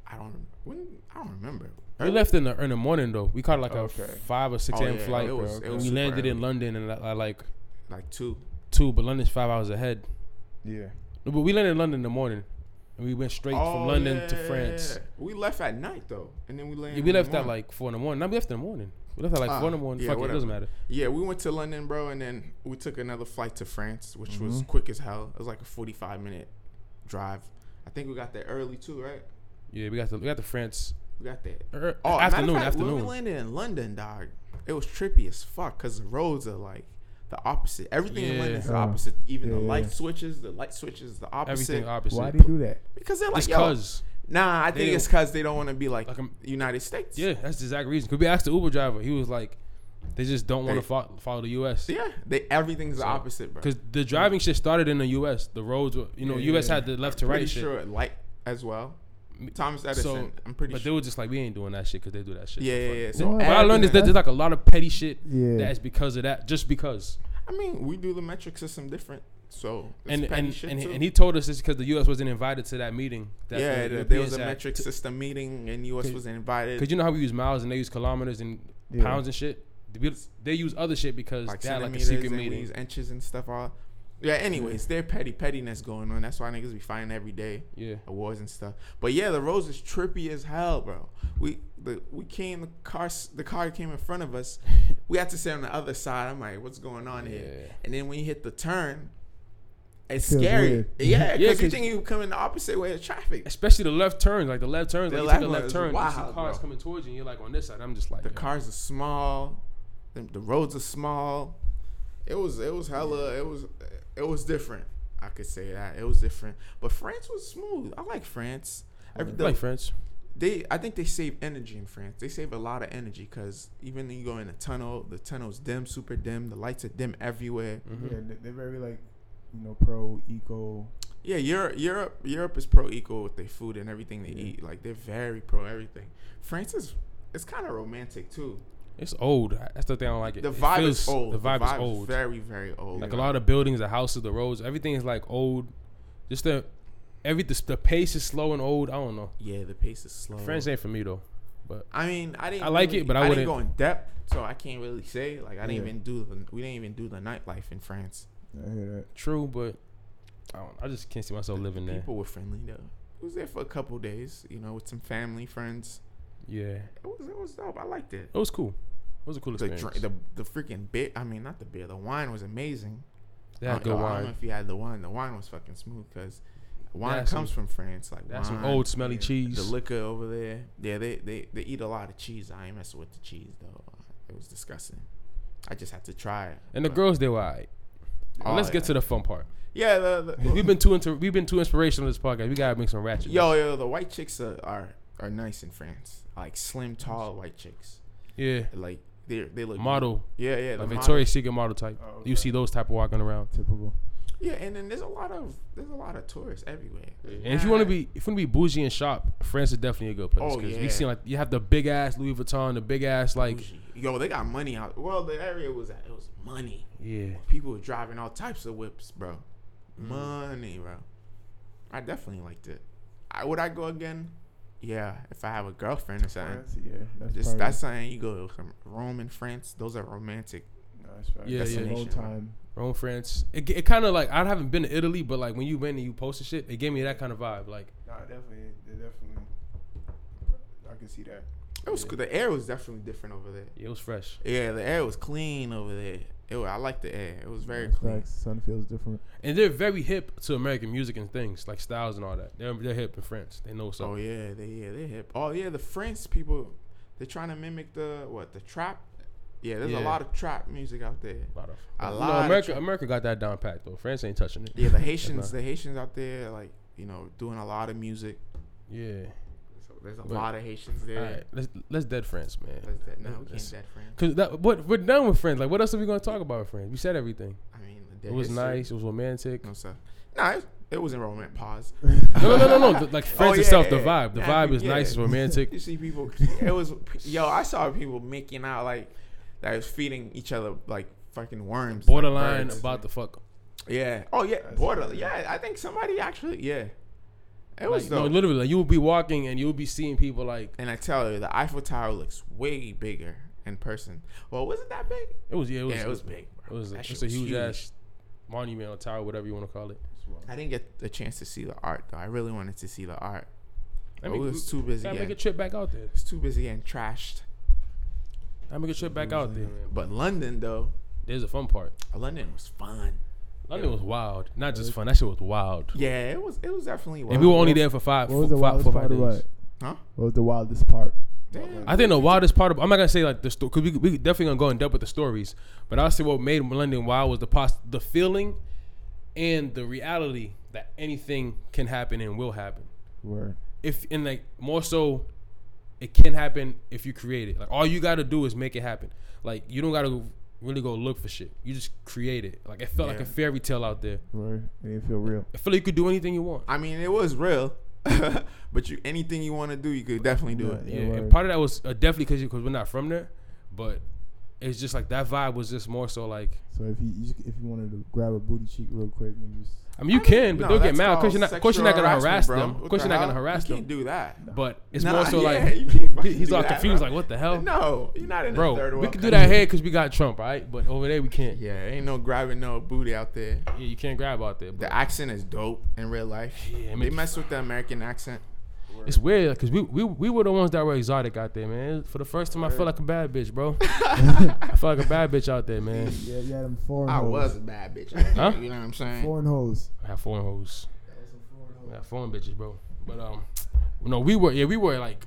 S3: I don't. When, I don't remember.
S2: We left in the in the morning though. We caught like a
S1: Okay.
S2: five or six
S3: Oh,
S2: a.m.
S3: yeah,
S2: flight.
S3: it was-
S2: bro.
S3: it was
S2: we
S3: super
S2: landed in
S3: early.
S2: London and I like
S3: Like two.
S2: two, but London's five hours ahead.
S1: Yeah.
S2: No, but we landed in London in the morning, and we went straight from
S3: Oh,
S2: London to
S3: yeah,
S2: France.
S3: yeah, yeah. We left at night though, and then we landed.
S2: Yeah, we
S3: in the
S2: left at
S3: morning.
S2: like four in the morning. Not we left in the morning. We left at like
S3: Ah,
S2: four in the morning.
S3: yeah,
S2: Fuck it, it doesn't matter.
S3: whatever. Yeah, we went to London, bro, and then we took another flight to France, which was
S2: Mm-hmm.
S1: Mhm.
S3: quick as hell. It was like a forty-five minute drive. I think we got there early too, right?
S2: Yeah, we got to we got to France.
S3: We got there.
S2: er,
S3: Oh,
S2: afternoon,
S3: afternoon, fact, When
S2: afternoon.
S3: we landed in London, dog, it was trippy as fuck because the roads are like the opposite. Everything in
S2: Yeah.
S3: London is the
S1: Oh,
S3: opposite. Even the
S1: yeah,
S3: light
S1: yeah.
S3: switches, the light switches, the opposite.
S2: Everything opposite.
S1: Why do you do that?
S3: because they're
S2: It's
S3: like, yo,
S2: cause
S3: nah. I
S2: they
S3: think
S2: don't-
S3: it's because they don't want to be like,
S2: Like, um,
S3: United States.
S2: yeah, that's the exact reason. Could we asked the Uber driver? He was like, They just don't want
S3: They-
S2: to fo- follow the U.S.
S3: Yeah, they everything's the opposite, bro.
S2: Because the driving shit started in the U.S. The roads were, you know,
S1: Yeah,
S2: U.S.
S1: yeah.
S2: had the left to
S3: pretty
S2: right shit.
S3: sure light as well. Thomas Edison.
S2: So,
S3: I'm pretty
S2: But they
S3: sure.
S2: were just like, we ain't doing that shit because they do that shit.
S3: Yeah,
S2: for
S3: yeah,
S2: fun.
S3: yeah. So
S1: What?
S2: What I
S3: everything-
S2: learned is that there's like a lot of petty shit
S1: Yeah.
S2: that's because of that, just because.
S3: I mean, we do the metric system different. So it's
S2: And
S3: petty
S2: and,
S3: shit
S2: and,
S3: too.
S2: and he told us this because the U.S. wasn't invited to that meeting. That
S3: yeah,
S2: the,
S3: there-
S2: the
S3: there was
S2: PNs
S3: a
S2: had.
S3: metric system meeting, and U.S. was invited.
S2: Cause you know how we use miles and they use kilometers and
S1: Yeah.
S2: pounds and shit. We- They use other shit because
S3: like
S2: they had like a
S3: centimeters
S2: secret
S3: and we
S2: meeting.
S3: use inches and stuff. All yeah. Anyways, there petty pettiness going on. That's why niggas be fighting every day.
S2: Yeah,
S3: awards and stuff. But yeah, the rose is trippy as hell, bro. We the we came the car s- the car came in front of us. We had to sit on the other side. I'm like, what's going on here?
S2: Yeah.
S3: And then when you hit the turn, it's
S1: Feels
S3: scary.
S1: weird.
S3: Yeah, because
S2: Yeah,
S3: you
S2: 'cause-
S3: think you coming the opposite way of traffic.
S2: especially the left turns, like the left turns.
S3: The
S2: like
S3: left
S2: you take a
S3: one
S2: left
S3: is
S2: turn, you see cars
S3: wild, bro.
S2: coming towards you, and you're like on this side. I'm just like
S3: The
S2: yo.
S3: cars are small. The, the roads are small. It was it was hella it was it was different. I could say that it was different. But France was smooth. I like France. Every-
S2: I like France.
S3: they I think they save energy in France. They save a lot of energy because even when you go in a tunnel, the tunnel's dim, super dim. The lights are dim everywhere.
S2: Mm-hmm.
S1: Yeah, they- they're very like, you know, pro eco.
S3: Yeah, Europe, Europe, Europe is pro eco with their food and everything they
S1: Yeah.
S3: eat. Like they're very pro everything. France is it's kind of romantic too.
S2: It's old. That's the thing I don't like. It.
S3: The
S2: It
S3: vibe
S2: feels-
S3: is old.
S2: The vibe, is old.
S3: Very very old.
S2: like a lot of the buildings, the houses, the roads, everything is like old. Just the every the, the pace is slow and old. I don't know.
S3: yeah, the pace is slow.
S2: France ain't for me though.
S3: I mean, I didn't.
S2: I like
S3: really-
S2: it, but I wouldn't-
S3: didn't go in depth, so I can't really say. Like I didn't
S1: Yeah.
S3: even do the we didn't even do the nightlife in France.
S1: I hear
S2: True, but I don't. I just can't see myself living there.
S3: People were friendly though. I was there for a couple days, you know, with some family, friends.
S2: Yeah,
S3: It was it was dope. I liked it.
S2: it was cool. It was a cool
S3: The
S2: experience.
S3: drink, the the freaking beer. I mean, not the beer. The wine was amazing.
S2: they
S3: I
S2: had good
S3: don't- I don't know
S2: wine.
S3: if you had the wine. The wine was fucking smooth because wine
S2: That's
S3: comes from France. Like
S2: That's some
S3: wine,
S2: old smelly
S3: yeah.
S2: cheese.
S3: The liquor over there. Yeah, they, they they eat a lot of cheese. I ain't messing with the cheese though. It was disgusting. I just had to try it.
S2: And the
S3: but-
S2: girls, they were alright. Now
S3: Oh,
S2: let's
S3: yeah.
S2: get to the fun part.
S3: Yeah, the, the,
S2: 'Cause We've been too into, we've been too inspirational this podcast. We gotta make some ratchet.
S3: yo yo the white chicks are are, are nice in France. Like slim, tall white chicks.
S2: yeah,
S3: Like they they look
S2: model,
S3: Yeah, yeah.
S2: a
S3: model.
S2: Victoria's Secret model type.
S1: Oh,
S2: You
S1: okay.
S2: see those type of walking around.
S1: that. Typical.
S3: Yeah, and then there's a lot of there's a lot of tourists everywhere.
S2: And if you want to be, if you want to be bougie and shop, France is definitely a good place.
S3: Oh,
S2: 'cause
S3: yeah.
S2: we seen like you have the big ass Louis Vuitton, the big ass like,
S3: Bougie. yo, they got money out. Well, the area was at, it was money.
S2: yeah,
S3: People were driving all types of whips, bro.
S1: Mm.
S3: Money, bro. I definitely liked it. I, would I go again? Yeah, if I have a girlfriend or something.
S1: France, yeah. That's
S3: Just
S1: probably-
S3: that's something you go to Rome and France. Those are romantic.
S1: no, that's probably-
S2: Yeah,
S1: that's
S2: yeah.
S1: a long time.
S2: Rome, France. It, g- it kind of like I haven't been to Italy, but like when you went and you posted shit, it gave me that kind of vibe. Like
S1: Nah, definitely, they definitely. I can see that.
S3: It was
S2: Yeah.
S3: good. the air was definitely different over there.
S2: yeah, it was fresh.
S3: Yeah, the air was clean over there. It was, I liked the air. It was very
S1: That's
S3: clean.
S1: facts. Sun feels different.
S2: And they're very hip to American music and things like styles and all that. They're they're hip in France. They know
S3: oh
S2: something.
S3: yeah, they yeah they hip. Oh yeah, the French people, they're trying to mimic the what the trap. Yeah, there's a
S2: Yeah.
S3: lot of trap music out there.
S2: A lot of.
S3: A
S2: You know,
S3: lot. of
S2: America,
S3: trap-
S2: America got that down pat though. France ain't touching it.
S3: yeah, the Haitians, the Haitians out there, like you know, doing a lot of music.
S2: Yeah.
S3: So there's a
S2: But-
S3: lot of Haitians there.
S2: All right. Let's let's dead France, man.
S3: That's that. No, we can't
S2: That's-
S3: dead friend.
S2: Cause that what we're done with friends. Like what else are we gonna talk about with friends? We said everything.
S3: I mean,
S2: It was nice. It was romantic.
S3: No sir. Nah, it, it was enrollment. Pause.
S2: No, no, no, no. no. Like friends
S3: Oh, yeah,
S2: itself, the
S3: yeah.
S2: vibe. The
S3: Yeah,
S2: vibe is
S3: yeah.
S2: nice. It's romantic.
S3: You see people. It was yo. I saw people making out like that was feeding each other like fucking worms.
S2: Borderline
S3: like birds.
S2: about the fuck.
S3: Yeah. Oh yeah.
S1: That's
S3: Border.
S1: crazy.
S3: Yeah. I think somebody actually. Yeah. It was
S2: Like, no,
S3: dope.
S2: literally. Like you will be walking and you will be seeing people like
S3: and I tell you, the Eiffel Tower looks way bigger in person. Well, was it that big?
S2: it was. Yeah, it was.
S3: yeah, it was big. Bro.
S2: It was.
S3: That
S2: a-
S3: shit
S2: It's a
S3: was
S2: huge ass monument or tower, whatever you want to call it.
S3: I didn't get the chance to see the art though. I really wanted to see the art.
S2: I
S3: But
S2: mean,
S3: we was too busy.
S2: Gotta
S3: Yeah.
S2: make a trip back out there.
S3: It's too busy and trashed.
S2: Gotta make a trip back out there. man.
S3: But London though,
S2: There's a fun part.
S3: London was fun.
S2: London was wild. Not just fun. That shit was wild.
S3: Yeah, it was. It was definitely.
S2: And we were
S3: wild.
S2: only there for five,
S1: What was the
S2: four- five,
S1: wildest
S2: four, five
S1: part of
S2: days.
S1: what?
S3: Huh?
S1: What was the wildest part?
S3: Damn.
S2: I think the wildest part of I'm not gonna say like the story because we, we definitely gonna go in depth with the stories, but I'll say what made London wild was the pos- the feeling, and the reality that anything can happen and will happen.
S1: Where?
S2: If and like more so, it can happen if you create it. Like all you gotta do is make it happen. like you don't gotta really go look for shit. You just create it. Like it felt like
S3: Yeah.
S2: a fairy tale out there.
S1: Right. It didn't feel real.
S2: I feel like you could do anything you want.
S3: I mean, it was real, but you anything you want to do, you could definitely do it.
S2: Yeah,
S1: Yeah,
S2: and
S1: right.
S2: part of that was uh, definitely because because we're not from there, but it's just like that vibe was just more so like
S1: So if you you just- if you wanted to grab a booty cheek real quick and just
S2: I mean you can, but
S3: No,
S2: they'll get
S3: that's
S2: mad because
S3: called
S2: you're not because you're not gonna
S3: sexual
S2: harass
S3: harassment,
S2: them.
S3: bro.
S2: Of
S3: What
S2: course
S3: the
S2: you're not
S3: hell?
S2: gonna harass
S3: You
S2: them.
S3: can't do that.
S2: But it's
S3: Nah,
S2: more so
S3: yeah,
S2: like
S3: you can't fucking
S2: he's
S3: do
S2: all
S3: that,
S2: confused,
S3: bro.
S2: like what the hell,
S3: No, you're not in the third
S2: bro? We
S3: world
S2: could do that
S3: country.
S2: here because we got Trump, all right? But over there we can't. Yeah,
S3: Yeah, ain't no grabbing no booty out there.
S2: you can't grab out there. But
S3: The accent is dope in real life.
S2: Yeah, it
S3: they
S2: makes-
S3: mess with the American accent.
S2: It's weird because we, we we were the ones that were exotic out there, man. For the first time, I felt like a bad bitch, bro. I felt like a bad bitch out there, man.
S1: yeah, you had them foreign
S3: I
S1: hoes.
S3: was a bad bitch.
S2: Huh?
S3: You know what I'm saying?
S1: foreign hoes.
S2: I had foreign hoes. I had foreign bitches, bro. But um, no, we were yeah, we were like,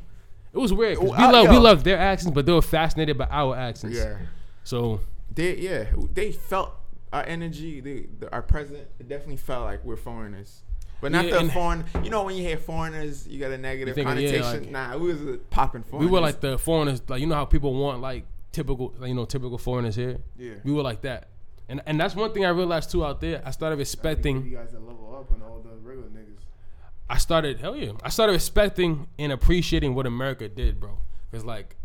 S2: it was weird. 'cause
S3: Oh,
S2: we
S3: I-
S2: love we
S3: yo.
S2: love their accents, but they were fascinated by our accents.
S3: Yeah.
S2: So
S3: They yeah, they felt our energy, they, the, our present. It definitely felt like we're foreigners. But not
S2: Yeah,
S3: the
S2: and-
S3: foreign. You know when you hear foreigners, you got a negative
S2: You think, yeah,
S3: connotation. nah, we was a popping
S2: we
S3: foreigners.
S2: were like the foreigners, like you know how people want like typical, like, you know, typical foreigners here.
S3: yeah.
S2: We were like that, and and that's one thing I realized too out there. I started respecting.
S1: You guys that level up on all the regular niggas.
S2: I started hell yeah. I started respecting and appreciating what America did, bro. Cause like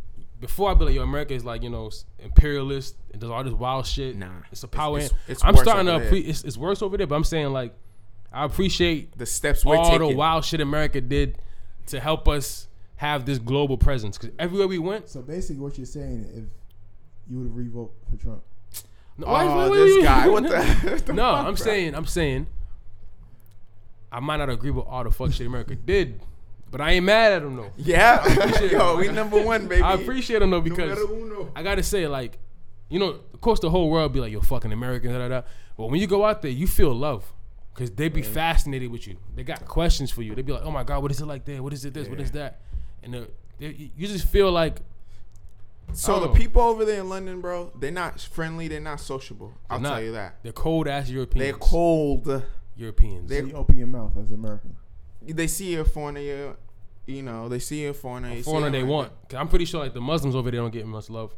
S2: before I be like, yo, America is like you know s- imperialist and does all this wild shit.
S3: Nah.
S2: it's a power.
S3: It's-
S2: hand.
S3: it's- it's
S2: I'm
S3: worse
S2: starting to.
S3: over
S2: Appre-
S3: there.
S2: it's, it's worse over there, but I'm saying like I appreciate
S3: The steps we're
S2: all
S3: taking.
S2: the wild shit America did to help us have this global presence. Cause everywhere we went,
S1: So basically, what you're saying, if you would revote for Trump,
S2: No, wait,
S3: Oh,
S2: wait, wait,
S3: this
S2: wait.
S3: guy. What the? what the
S2: no,
S3: fuck,
S2: I'm
S3: bro?
S2: saying, I'm saying, I might not agree with all the fuck shit America did, but I ain't mad at him though.
S3: Yeah.
S2: appreciate it.
S3: Yo, we number one, baby.
S2: I appreciate him though because
S3: Numero uno.
S2: I gotta say, like, you know, of course the whole world be like, you're fucking American, da da da. But when you go out there, you feel love. Cause they be fascinated with you. They got questions for you. They be like, oh my God, what is it like there? What is it this? What is that? And the- they, you just feel like I
S3: So
S2: don't
S3: the
S2: know.
S3: people over there in London, bro, they're not friendly. They're not sociable. I'll
S2: not.
S3: tell you that.
S2: they're cold ass Europeans.
S3: They're cold.
S2: Europeans.
S3: They're-
S1: so you open your mouth as American.
S3: They see a foreigner, you- you know. They see a foreigner. you see
S2: foreigner
S3: them
S2: they
S3: like-
S2: want. i I'm pretty sure like the Muslims over there don't get much love.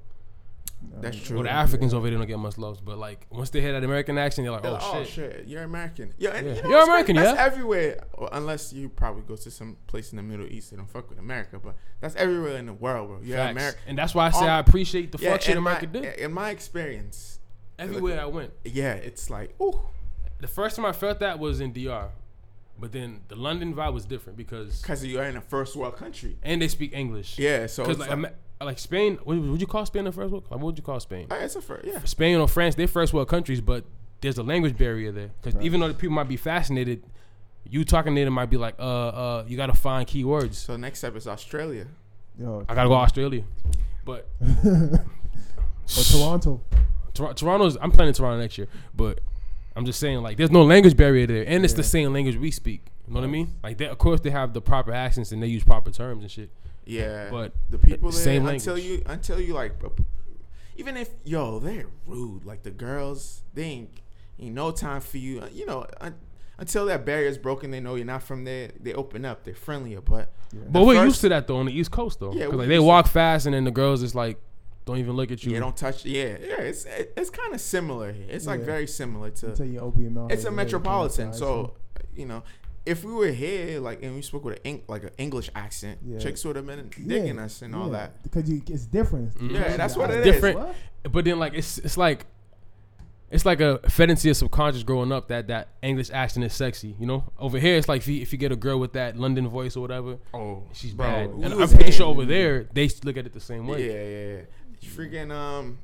S3: That's
S1: Uh,
S3: true.
S2: Or the Africans over there don't get much love. But like once they hear that American accent, they're like,
S3: They're
S2: oh,
S3: like, oh,
S2: shit.
S3: shit. You're American. Yeah, and
S2: Yeah.
S3: you know
S2: You're
S3: what's
S2: American,
S3: crazy? That's
S2: yeah?
S3: everywhere, Well, unless you probably go to some place in the Middle East that don't fuck with America. But that's everywhere in the world, bro. You're
S2: Facts.
S3: American.
S2: And that's why I say
S3: Um,
S2: I appreciate the fuck shit
S3: in
S2: America
S3: my,
S2: did.
S3: In my experience,
S2: Everywhere I went.
S3: yeah, it's like, ooh,
S2: The first time I felt that was in DR, but then the London vibe was different because
S3: because you're in a first world country.
S2: and they speak English.
S3: Yeah, so
S2: because
S3: it's
S2: like,
S3: like,
S2: Ama- like Spain, what would you call Spain the first world? Like, what would you call Spain?
S3: oh, it's a first, yeah.
S2: Spain or France, they're first world countries, but there's a language barrier there. Because even though the people might be fascinated, you talking to them might be like, uh, uh, you gotta find keywords.
S3: So next step is Australia.
S1: Yo,
S2: I gotta go to Australia, but
S1: or Toronto.
S2: Tor- Toronto's. I'm planning Toronto next year, but I'm just saying like there's no language barrier there, and it's the
S1: Yeah.
S2: same language we speak. You know what I mean? Like they, of course they have the proper accents and they use proper terms and shit.
S3: Yeah,
S2: But
S3: the people
S2: the
S3: there
S2: same
S3: until
S2: language.
S3: you until you like, even if yo they're rude, like the girls, they ain't, ain't no time for you. Uh, You know, un, until that barrier's broken, they know you're not from there. They open up, they're friendlier. But
S2: But
S3: the
S2: we're
S3: first-
S2: used to that though on the East Coast though,
S3: Yeah,
S2: 'Cause,
S3: we're
S2: like they
S3: used to-
S2: walk fast and then the girls just like don't even look at you.
S3: you don't touch. Yeah, yeah, it's it, it's kind of similar. here. It's like
S1: Yeah.
S3: very similar
S1: Until
S3: to.
S1: you open your mouth.
S3: It's a
S1: as American,
S3: metropolitan,
S1: it's
S3: so you know. If we were here, like, and we spoke with an Eng- like an English accent,
S1: Yeah.
S3: chicks would have been
S1: Yeah,
S3: digging us and all
S1: yeah,
S3: that.
S1: because you, it's different.
S2: Mhm.
S3: Yeah, that's what it is.
S2: Different.
S1: What?
S2: But then like it's it's like it's like a fantasy of subconscious growing up that that English accent is sexy. You know, over here it's like if you, if you get a girl with that London voice or whatever,
S3: Oh,
S2: she's
S3: Bro,
S2: bad.
S3: we
S2: And I'm
S3: was
S2: pretty
S3: here-
S2: sure over there they look at it the same way.
S3: Yeah, yeah, yeah. Freaking um,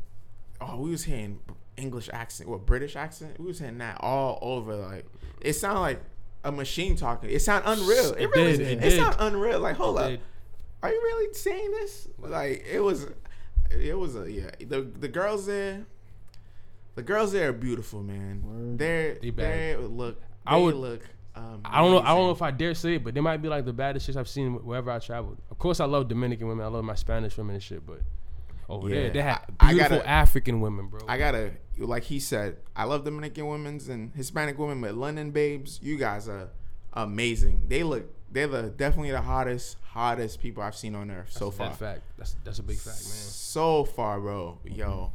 S3: oh, we was hearing English accent, what British accent? We was hearing that all over. Like it sounded like a machine talking. It sound unreal. It,
S2: It
S3: really,
S2: did,
S3: did,
S2: it
S3: it,
S2: did.
S3: sound unreal. Like hold up,
S2: They-
S3: are you really saying this? Like it was, it was a yeah. The the girls there. The girls there are beautiful, man.
S1: Word.
S3: They're
S2: They
S3: they
S2: bad.
S3: look. They
S2: I would-
S3: look. Um,
S2: I don't know. I don't know if I dare say it, but they might be like the baddest shits I've seen wh- wherever I traveled. Of course, I love Dominican women. I love my Spanish women and shit. But over
S3: Yeah,
S2: there, they had
S3: I- I
S2: beautiful
S3: gotta-
S2: African women, bro.
S3: I gotta, like he said, I love Dominican women's and Hispanic women, but London babes, you guys are amazing. They look they're the definitely the hottest, hottest people I've seen on earth so
S2: That's a
S3: far.
S2: dead fact. That's that's a big fact, man.
S3: So far, bro. Yo.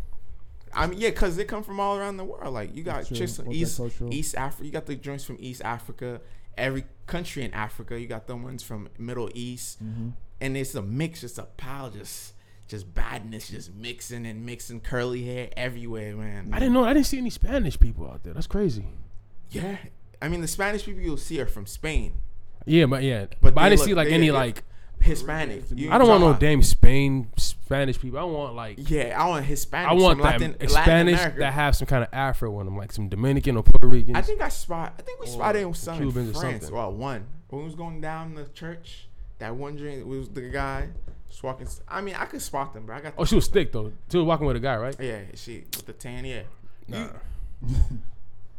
S3: I mean, yeah, because they come from all around the world. Like, you got
S1: That's true.
S3: chicks from
S1: What's that
S3: East,
S1: cultural?
S3: East Africa. You got the joints from East Africa, every country in Africa. You got the ones from Middle East.
S2: Mm-hmm.
S3: And it's a mix, just a pile, just just badness, just mixing and mixing curly hair everywhere, man.
S2: I didn't know. I didn't see any Spanish people out there. That's crazy.
S3: Yeah. I mean, the Spanish people you'll see are from Spain,
S2: Yeah, but yeah, but,
S3: But
S2: I
S3: they
S2: didn't
S3: look-
S2: see like
S3: they-
S2: any
S3: they-
S2: like.
S3: Hispanic. You
S2: I don't want no
S3: talking
S2: damn Spain Spanish people. I want like
S3: about- Yeah, I want Hispanic.
S2: I want
S3: from
S2: that
S3: Latin, Latin
S2: Spanish
S3: America.
S2: that have some kind of Afro in them, like some Dominican or Puerto Rican.
S3: I think I spot. I think we spotted him some
S2: Cubans
S3: in
S2: or
S3: France.
S2: something.
S3: Well, one when we was going down the church. That one drink was the guy just walking. I mean, I could spot them, but I got. The,
S2: Oh, she was thick though. She was walking with a guy, right?
S3: yeah, she with the tan. Yeah,
S2: Nah.
S3: You-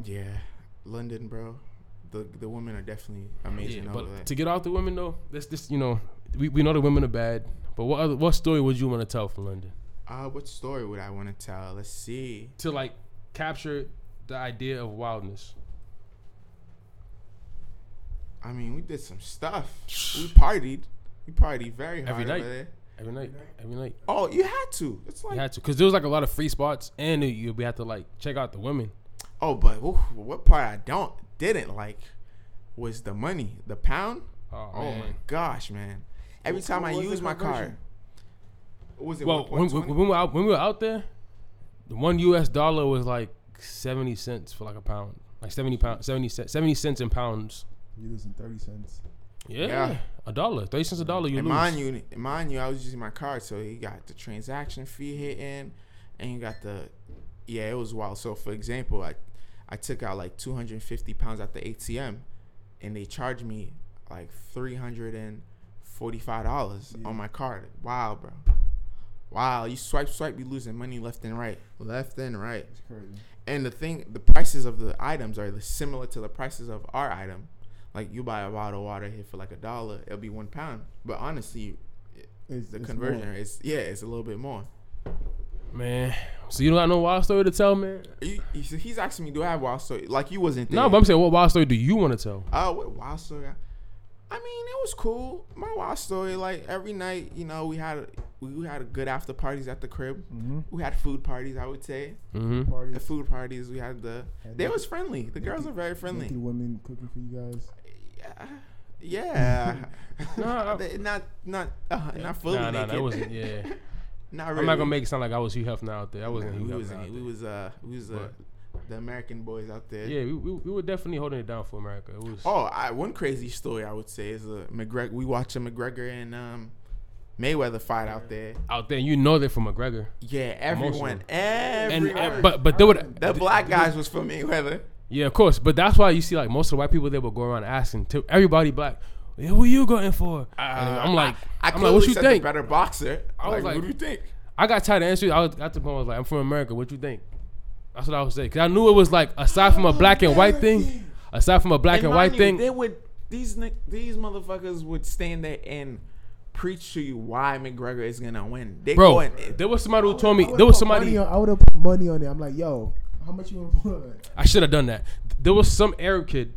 S3: yeah, London, bro. The the women are definitely amazing.
S2: Yeah,
S3: over there.
S2: but to get off the women though, let's just you know, we, we know the women are bad. But what other, what story would you want to tell from London
S3: uh, what story would I want to tell? Let's see.
S2: to like capture the idea of wildness?
S3: I mean, we did some stuff. We partied. We partied very hard
S2: Every
S3: over
S2: night.
S3: there.
S2: Every night, every night,
S3: Oh, you had to. It's
S2: you
S3: like
S2: had to, cause there was like a lot of free spots, and you we had to like check out the women.
S3: Oh, but oof, what part I don't didn't like was the money, the pound.
S2: Oh,
S3: Oh
S2: man.
S3: my gosh, man! Every
S1: What-
S3: time
S1: what
S3: I
S1: was the
S3: use my card,
S1: conversion?
S3: was it
S2: Well, when,
S3: 1.20?
S2: when, when we were out, when we were out there, the one U.S. dollar was like seventy cents for like a pound, like seventy pound, seventy cents, seventy cents in pounds.
S1: You're losing thirty cents.
S2: Yeah,
S3: Yeah.
S2: a dollar, thirty cents a dollar. You
S3: and
S2: lose.
S3: mind you, mind you, I was using my card, so you got the transaction fee hitting, and you got the yeah, it was wild. So for example, I I took out like 250 pounds at the ATM, and they charged me like 345 dollars
S1: Yeah.
S3: on my card. Wow, bro. Wow, you swipe, swipe, you losing money left and right, left and right.
S1: It's crazy.
S3: And the thing, the prices of the items are similar to the prices of our item. Like you buy a bottle of water here for like a dollar, it'll be one pound. But honestly,
S1: It's,
S3: the
S1: it's
S3: conversion
S1: more.
S3: rate is yeah, it's a little bit more.
S2: man. So you don't got no wild story to tell, man.
S3: You, you see, he's asking me, do I have wild story? Like you wasn't there.
S2: No, but I'm saying, what wild story do you want to tell?
S3: uh, what wild story? I I mean, it was cool. My wild story, like every night, you know, we had we, we had good after parties at the crib.
S1: Mhm.
S3: We had food parties, I would say.
S2: Mm-hmm.
S1: Party.
S3: The food parties we had the
S1: And
S3: they
S1: the-
S3: was friendly. The girls are very friendly.
S1: Naked women cooking for you guys.
S3: Yeah. Yeah.
S2: No, I-
S3: They- not not uh, not fully
S2: Nah, nah,
S3: naked.
S2: that wasn't. Yeah,
S3: not really.
S2: I'm not gonna make it sound like I was Hugh Hefner out there. I
S3: Nah,
S2: wasn't.
S3: we
S2: Hugh
S3: was
S2: Hefner out
S3: we
S2: there.
S3: was uh we was uh, the American boys out there.
S2: Yeah, we, we, we were definitely holding it down for America. It was.
S3: Oh, I, one crazy story I would say is uh, McGregor. We watched a McGregor and um Mayweather fight out there.
S2: Out there, you know they're from McGregor,
S3: Yeah,
S2: Emotional.
S3: everyone,
S2: and,
S3: everyone.
S2: and but but they would
S3: the black guys was from Mayweather.
S2: Yeah, of course. But that's why you see like most of the white people they will go around asking to everybody black, "Yeah, who you going for? And Uh, I'm like, I,
S3: Uh, I
S2: am like, what
S3: clearly
S2: you
S3: said the
S2: think?
S3: better boxer.
S2: I was
S3: what
S2: like-
S3: do you think?
S2: I got tired of answering. I was at the point I was like, I'm from America. What you think? That's what I was saying. Cause I knew it was like aside from a black and white thing, aside from a black and, white
S3: mind you,
S2: thing.
S3: They would these ni- these motherfuckers would stand there and preach to you why McGregor is gonna win. They
S2: Bro,
S3: go and
S2: there was somebody who told me
S1: I would've
S2: there was
S1: put money
S2: somebody
S1: on- I would have put money on it. I'm like, yo, how much you want to put on it?
S2: I should have done that. There was some Arab kid,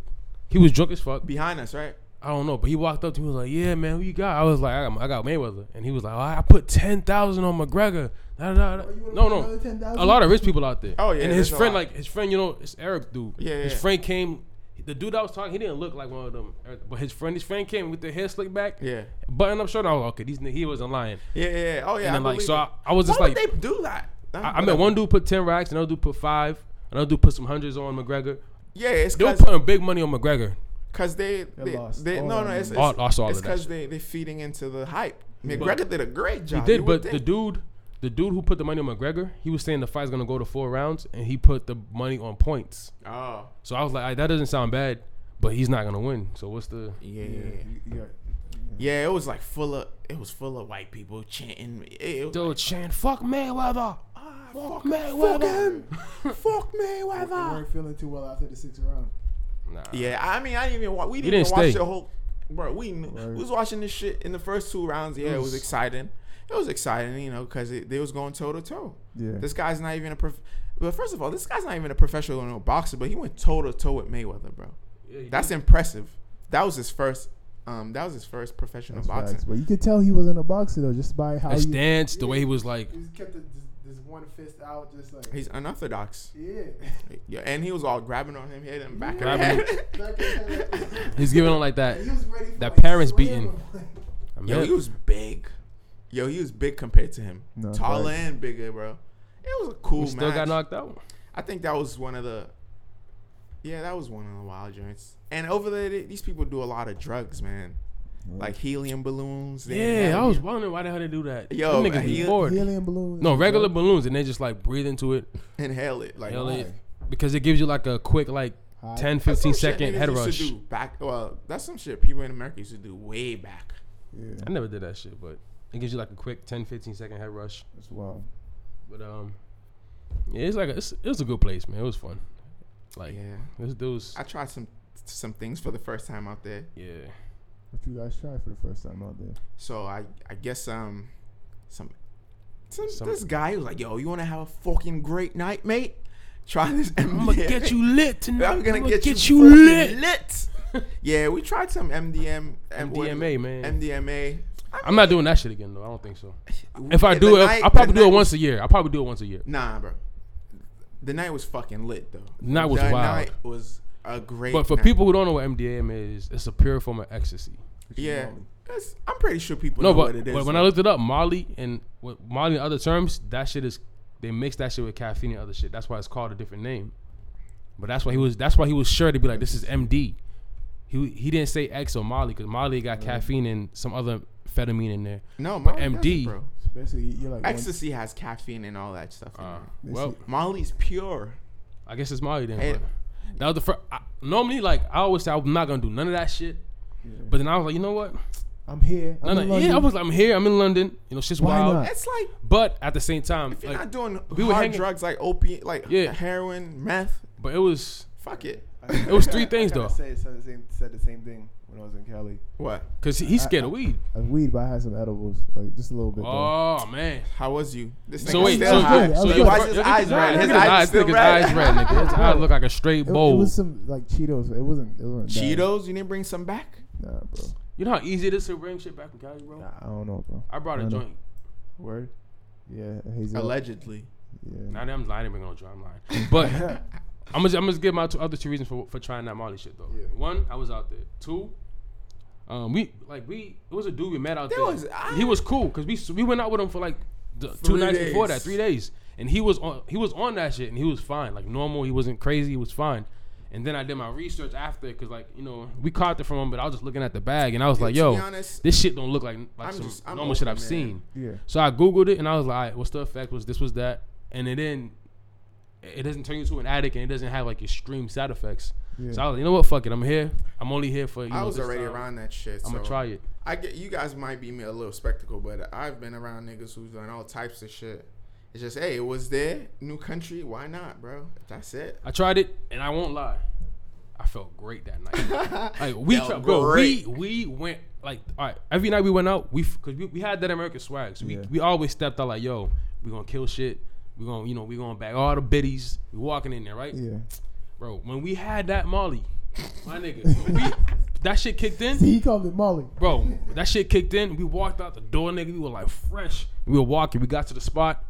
S2: he was drunk as fuck.
S3: behind us, right?
S2: I don't know, but he walked up to me and was like, "Yeah, man, who you got?" I was like, "I got, I got Mayweather," and he was like, oh, "I put ten thousand on McGregor." Da, da, da.
S1: Oh, you wanna
S2: No,
S1: put another
S2: no,
S1: 10,000?
S2: a lot of rich people out there.
S3: Oh, yeah,
S2: and his
S3: there's a
S2: friend,
S3: lot.
S2: like his friend, you know, this Arab dude.
S3: Yeah, yeah,
S2: his
S3: yeah.
S2: friend came. The dude I was talking, he didn't look like one of them, Arab- but his friend, his friend came with the hair slicked back,
S3: Yeah,
S2: button up shirt. I was like, okay, these ni- he wasn't lying.
S3: yeah, yeah. yeah. Oh yeah.
S2: And then
S3: I
S2: like,
S3: believe
S2: so
S3: it.
S2: I, I was just
S3: why
S2: like,
S3: would they do that?
S2: I, I met one dude put ten racks, another dude put five, another dude put some hundreds on McGregor.
S3: Yeah, it's
S2: They were
S3: because
S2: putting big money on McGregor.
S3: they, they,
S1: lost
S3: they
S1: all
S3: no
S1: that
S3: no it's
S1: money.
S2: All- lost all
S3: it's
S2: of that
S3: because they they feeding into the hype. McGregor did a great
S2: He
S3: job.
S2: did,
S3: You would
S2: but the
S3: think.
S2: dude, the dude who put the money on McGregor, he was saying the fight's gonna go to four rounds, and he put the money on points.
S3: oh
S2: So I was like, "Alright, that doesn't sound bad, but he's not gonna win. So what's the?
S1: Yeah,
S3: yeah. yeah. yeah.
S1: you- you got-
S3: Yeah, it was like full of it was full of white people chanting. It, it was
S2: Dude, Chan, fuck Mayweather,
S3: ah,
S2: fuck
S3: fuck, fuck
S2: Mayweather.
S3: him, fuck
S1: you
S3: Mayweather.
S1: weren't feeling too well after the sixth round.
S2: Nah.
S3: Yeah, I mean, I didn't even watch. We didn't,
S2: didn't
S3: even watch
S2: stay.
S3: the whole. Bro, we, kn-
S1: Right.
S3: we was watching this shit in the first two rounds. Yeah, it was
S2: was-
S3: exciting. It was exciting, you know, because they was going toe to toe.
S1: Yeah.
S3: This guy's not even a prof. But first of all, this guy's not even a professional no boxer, but he went toe to toe with Mayweather, bro.
S2: Yeah, he
S3: That's
S2: did.
S3: impressive. That was his first Um, that was his first professional
S1: That's
S3: boxing.
S1: facts. But you could tell he wasn't a boxer though, just by how
S2: His
S1: he,
S2: stance, the way he was like,
S1: he kept this, this one fist out, just like
S3: He's unorthodox.
S1: yeah.
S3: Yeah, and he was all grabbing on him, hitting him back in the
S2: Grabbing
S3: head.
S2: he's giving him like that.
S1: He was ready for
S2: That
S1: a
S2: parents
S1: slam.
S2: beating. I mean,
S3: Yo, he was big. Yo, he was big compared to him.
S1: No,
S3: Taller
S1: facts.
S3: and bigger, bro. It was a
S2: he
S3: cool
S2: still
S3: match.
S2: got knocked out.
S3: I think that was one of the. Yeah, that was one of the wild joints. And over there, they- these people do a lot of drugs, man. Like helium balloons. they
S2: Yeah, I
S3: have-
S2: was wondering why the hell they do that.
S3: Yo,
S2: Yo, niggas be
S3: he-
S2: bored.
S1: Helium balloons.
S2: No, regular
S3: uh,
S2: balloons, and they just like breathe into it,
S3: inhale it. Like
S2: inhale
S3: why?
S2: it, because it gives you like a quick like
S1: High.
S2: 10,
S3: Oh, That's some
S2: 15
S3: shit
S2: second
S3: niggas
S2: head
S3: used to
S2: rush.
S3: do back. Well, that's some shit people in America used to do way back.
S1: Yeah,
S2: I never did that shit, but it gives you like a quick 10, 15 second head rush.
S1: that's wild.
S2: But um, yeah, it's like a, it's, it was a good place, man. It was fun. Like
S3: yeah,
S2: this dude's,
S3: I tried some some things for the first time out there.
S2: yeah.
S1: What you guys tried for the first time out there?
S3: So I I guess um some some,
S2: Some-
S3: this guy was like, "Yo, you want to have a fucking great night, mate? Try this MDMA.
S2: I'm gonna get you lit tonight.
S3: I'm gonna get,
S2: you,
S3: fucking
S2: lit.
S3: lit. yeah, we tried some MDM, M- what is it?
S2: MDMA, man.
S3: MDMA.
S2: I'm not doing that shit again though. I don't think so. If I do it, I'll probably do it once a year. I'll probably do it once a year.
S3: Nah, bro. The night was fucking lit though.
S2: Night was
S3: the
S2: wild.
S3: Night was a great.
S2: But for
S3: night.
S2: people who don't know what MDMA is, it's a pure form of ecstasy.
S3: yeah, that's- I'm pretty sure people
S2: No,
S3: know
S2: but,
S3: what it is.
S2: but when I looked it up, Molly and what Molly and other terms, that shit is they mix that shit with caffeine and other shit. That's why it's called a different name. But that's why he was that's why he was sure to be like, this is MD. He he didn't say X or Molly because Molly got caffeine and some other amphetamine in there.
S3: no,
S2: but
S3: Molly doesn't,
S2: MD
S3: bro.
S1: So basically, you're like one-
S3: Ecstasy has caffeine and all that stuff. in
S2: Uh,
S3: it.
S1: This
S2: well,
S1: shit-
S3: Molly's pure.
S2: I guess it's Molly then.
S3: Hey.
S2: but that was the first. I, normally, like I always say, I'm not gonna do none of that shit.
S1: yeah.
S2: But then I was like, you know what?
S1: I'm here. I'm
S2: None
S1: in
S2: of,
S1: London.
S2: yeah, I was like, I'm here. I'm in London. You know, shit's
S1: Why
S2: wild.
S1: not?
S3: It's like
S2: But at the same time,
S3: if you're
S2: like,
S3: not doing
S2: we were
S3: hard
S2: hanging-
S3: drugs like opiate, like
S2: Yeah.
S3: heroin, meth,
S2: but it was
S3: fuck it.
S2: it was three things,
S1: I kinda
S2: though.
S1: Said, said, the same, said the same thing when I was in Cali.
S3: What?
S2: because he, he's scared of weed.
S1: I was weed, but I had some edibles, like just a little bit. though.
S2: Oh man.
S3: How was you? This
S2: So
S3: nigga's
S2: wait,
S3: uh, still
S2: so,
S3: high.
S1: good. I
S2: so
S1: was
S2: you-
S1: good.
S3: Why is his
S2: look at
S3: eyes red?
S2: Look
S3: His
S2: at
S3: eyes
S2: Look
S3: still
S2: at his
S3: red.
S2: eyes red, nigga. His eyes look like a straight
S1: It, it
S2: bowl.
S1: was some like Cheetos. It wasn't. It wasn't bad.
S3: Cheetos? You didn't bring some back?
S1: Nah, bro.
S2: You know how easy it is to bring shit back from Cali, bro.
S1: Nah, I don't know, bro.
S2: I brought a
S1: I know.
S2: joint.
S1: Word. Yeah, he's
S3: Allegedly.
S1: Yeah.
S2: Now that I'm lying, I didn't bring no joint. I'm lying. But I'm gonna I'm gonna give my two, other two reasons for for trying that Molly shit though.
S1: Yeah.
S2: One, I was out there. Two. Um, we like we it was a dude we met out
S3: There
S2: there.
S3: was- I-
S2: he was cool because we s- we went out with him for like the, two
S3: Three
S2: nights before
S3: days.
S2: that, three days, and he was on he was on that shit and he was fine, like normal. He wasn't crazy. He was fine. And then I did my research after because like you know we caught it from him, but I was just looking at the bag and I was
S3: Yeah,
S2: like,
S3: to
S2: yo,
S3: be honest,
S2: this shit don't look like like
S3: I'm
S2: some
S3: just- I'm
S2: normal shit
S3: open,
S2: I've
S3: man.
S2: seen.
S1: Yeah.
S2: So I googled it and I was like, All right, what's the effect? Was this was that? And it then it doesn't turn you into an addict and it doesn't have like extreme side effects.
S1: Yeah.
S2: So I was like, you know what? Fuck it, I'm here. I'm only here for you.
S3: I
S2: know,
S3: was
S2: this
S3: already
S2: time.
S3: around that shit.
S2: I'm gonna
S3: so
S2: try it.
S3: I get you guys might be me a little spectacle, but I've been around niggas who's done all types of shit. It's just, hey, it was there, new country, why not, bro? That's it.
S2: I tried it and I won't lie, I felt great that night. like we,
S3: Felt
S2: tra- bro, we
S3: great.
S2: we went like all right. Every night we went out, we because we, we had that American swag. So we
S1: Yeah.
S2: we always stepped out like, yo, we gonna kill shit. We gonna you know we gonna bag all the biddies. We walking in there right.
S1: Yeah.
S2: Bro, when we had that Molly, my nigga, when we, that shit kicked in.
S1: See, he called it Molly.
S2: Bro, that shit kicked in. We walked out the door, nigga. We were like fresh. We were walking. We got to the spot.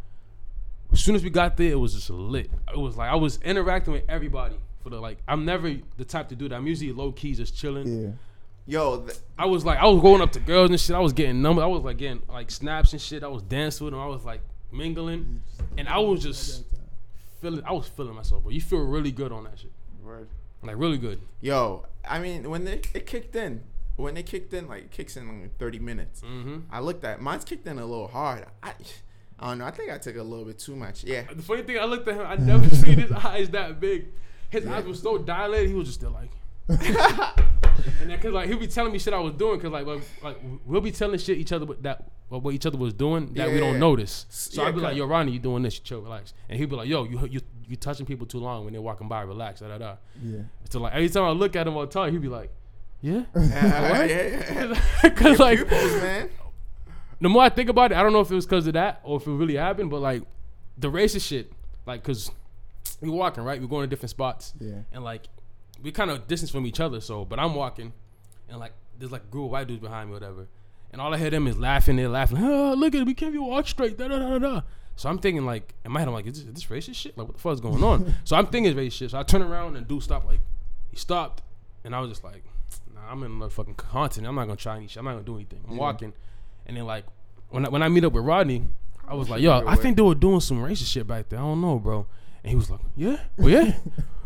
S2: As soon as we got there, it was just lit. It was like I was interacting with everybody for the like. I'm never the type to do that. I'm usually low key, just chilling.
S1: Yeah.
S3: Yo, th-
S2: I was like, I was going up to girls and shit. I was getting numbers. I was like getting like snaps and shit. I was dancing with them. I was like mingling, and I was just feeling. I was feeling myself, bro. You feel really good on that shit, like really good.
S3: yo, I mean, when they, it kicked in, when it kicked in, like, it kicks in like 30 minutes.
S2: Mm-hmm.
S3: I looked at mine's kicked in a little hard. I, I don't know. I think I took a little bit too much. Yeah.
S2: The funny thing, I looked at him. I never seen his eyes that big. His eyes were so dilated. He was just still like, and then cause like he'll be telling me shit I was doing. Cause like like, like we'll be telling shit each other what- that what what each other was doing that we
S3: Yeah.
S2: don't notice. So
S3: Yeah,
S2: I'd be
S3: cause-
S2: like, Yo, Ronnie, you doing this? You chill, relax. And he'd be like, Yo, you you you touching people too long when they're walking by. Relax, da da da.
S1: Yeah.
S2: So like every time I look at him on time, he'd be like, Yeah.
S3: yeah, yeah, yeah.
S2: Cause like
S3: Pupils, man.
S2: the more I think about it, I don't know if it was because of that or if it really happened, but like the racist shit, like because we walking right, we're going to different spots,
S1: Yeah.
S2: and like we kind of distance from each other. So, but I'm walking, and like there's like a group of white dudes behind me, or whatever. And all I hear them is laughing. They're laughing. "Ah, look at it. We can't even watch straight. Da, da, da, da, da. So I'm thinking like in my head, I'm like, is this, is this racist shit? Like what the fuck's going on? so I'm thinking it's racist. So I turn around and dude stopped. Like he stopped, and I was just like, nah, I'm in another fucking content. I'm not gonna try any shit. I'm not gonna do anything. I'm walking, and then like when I, when I meet up with Rodney, I
S3: Oh,
S2: was like, yo, I think they were doing some racist shit back there. I don't know, bro. And he was like, yeah, well, yeah.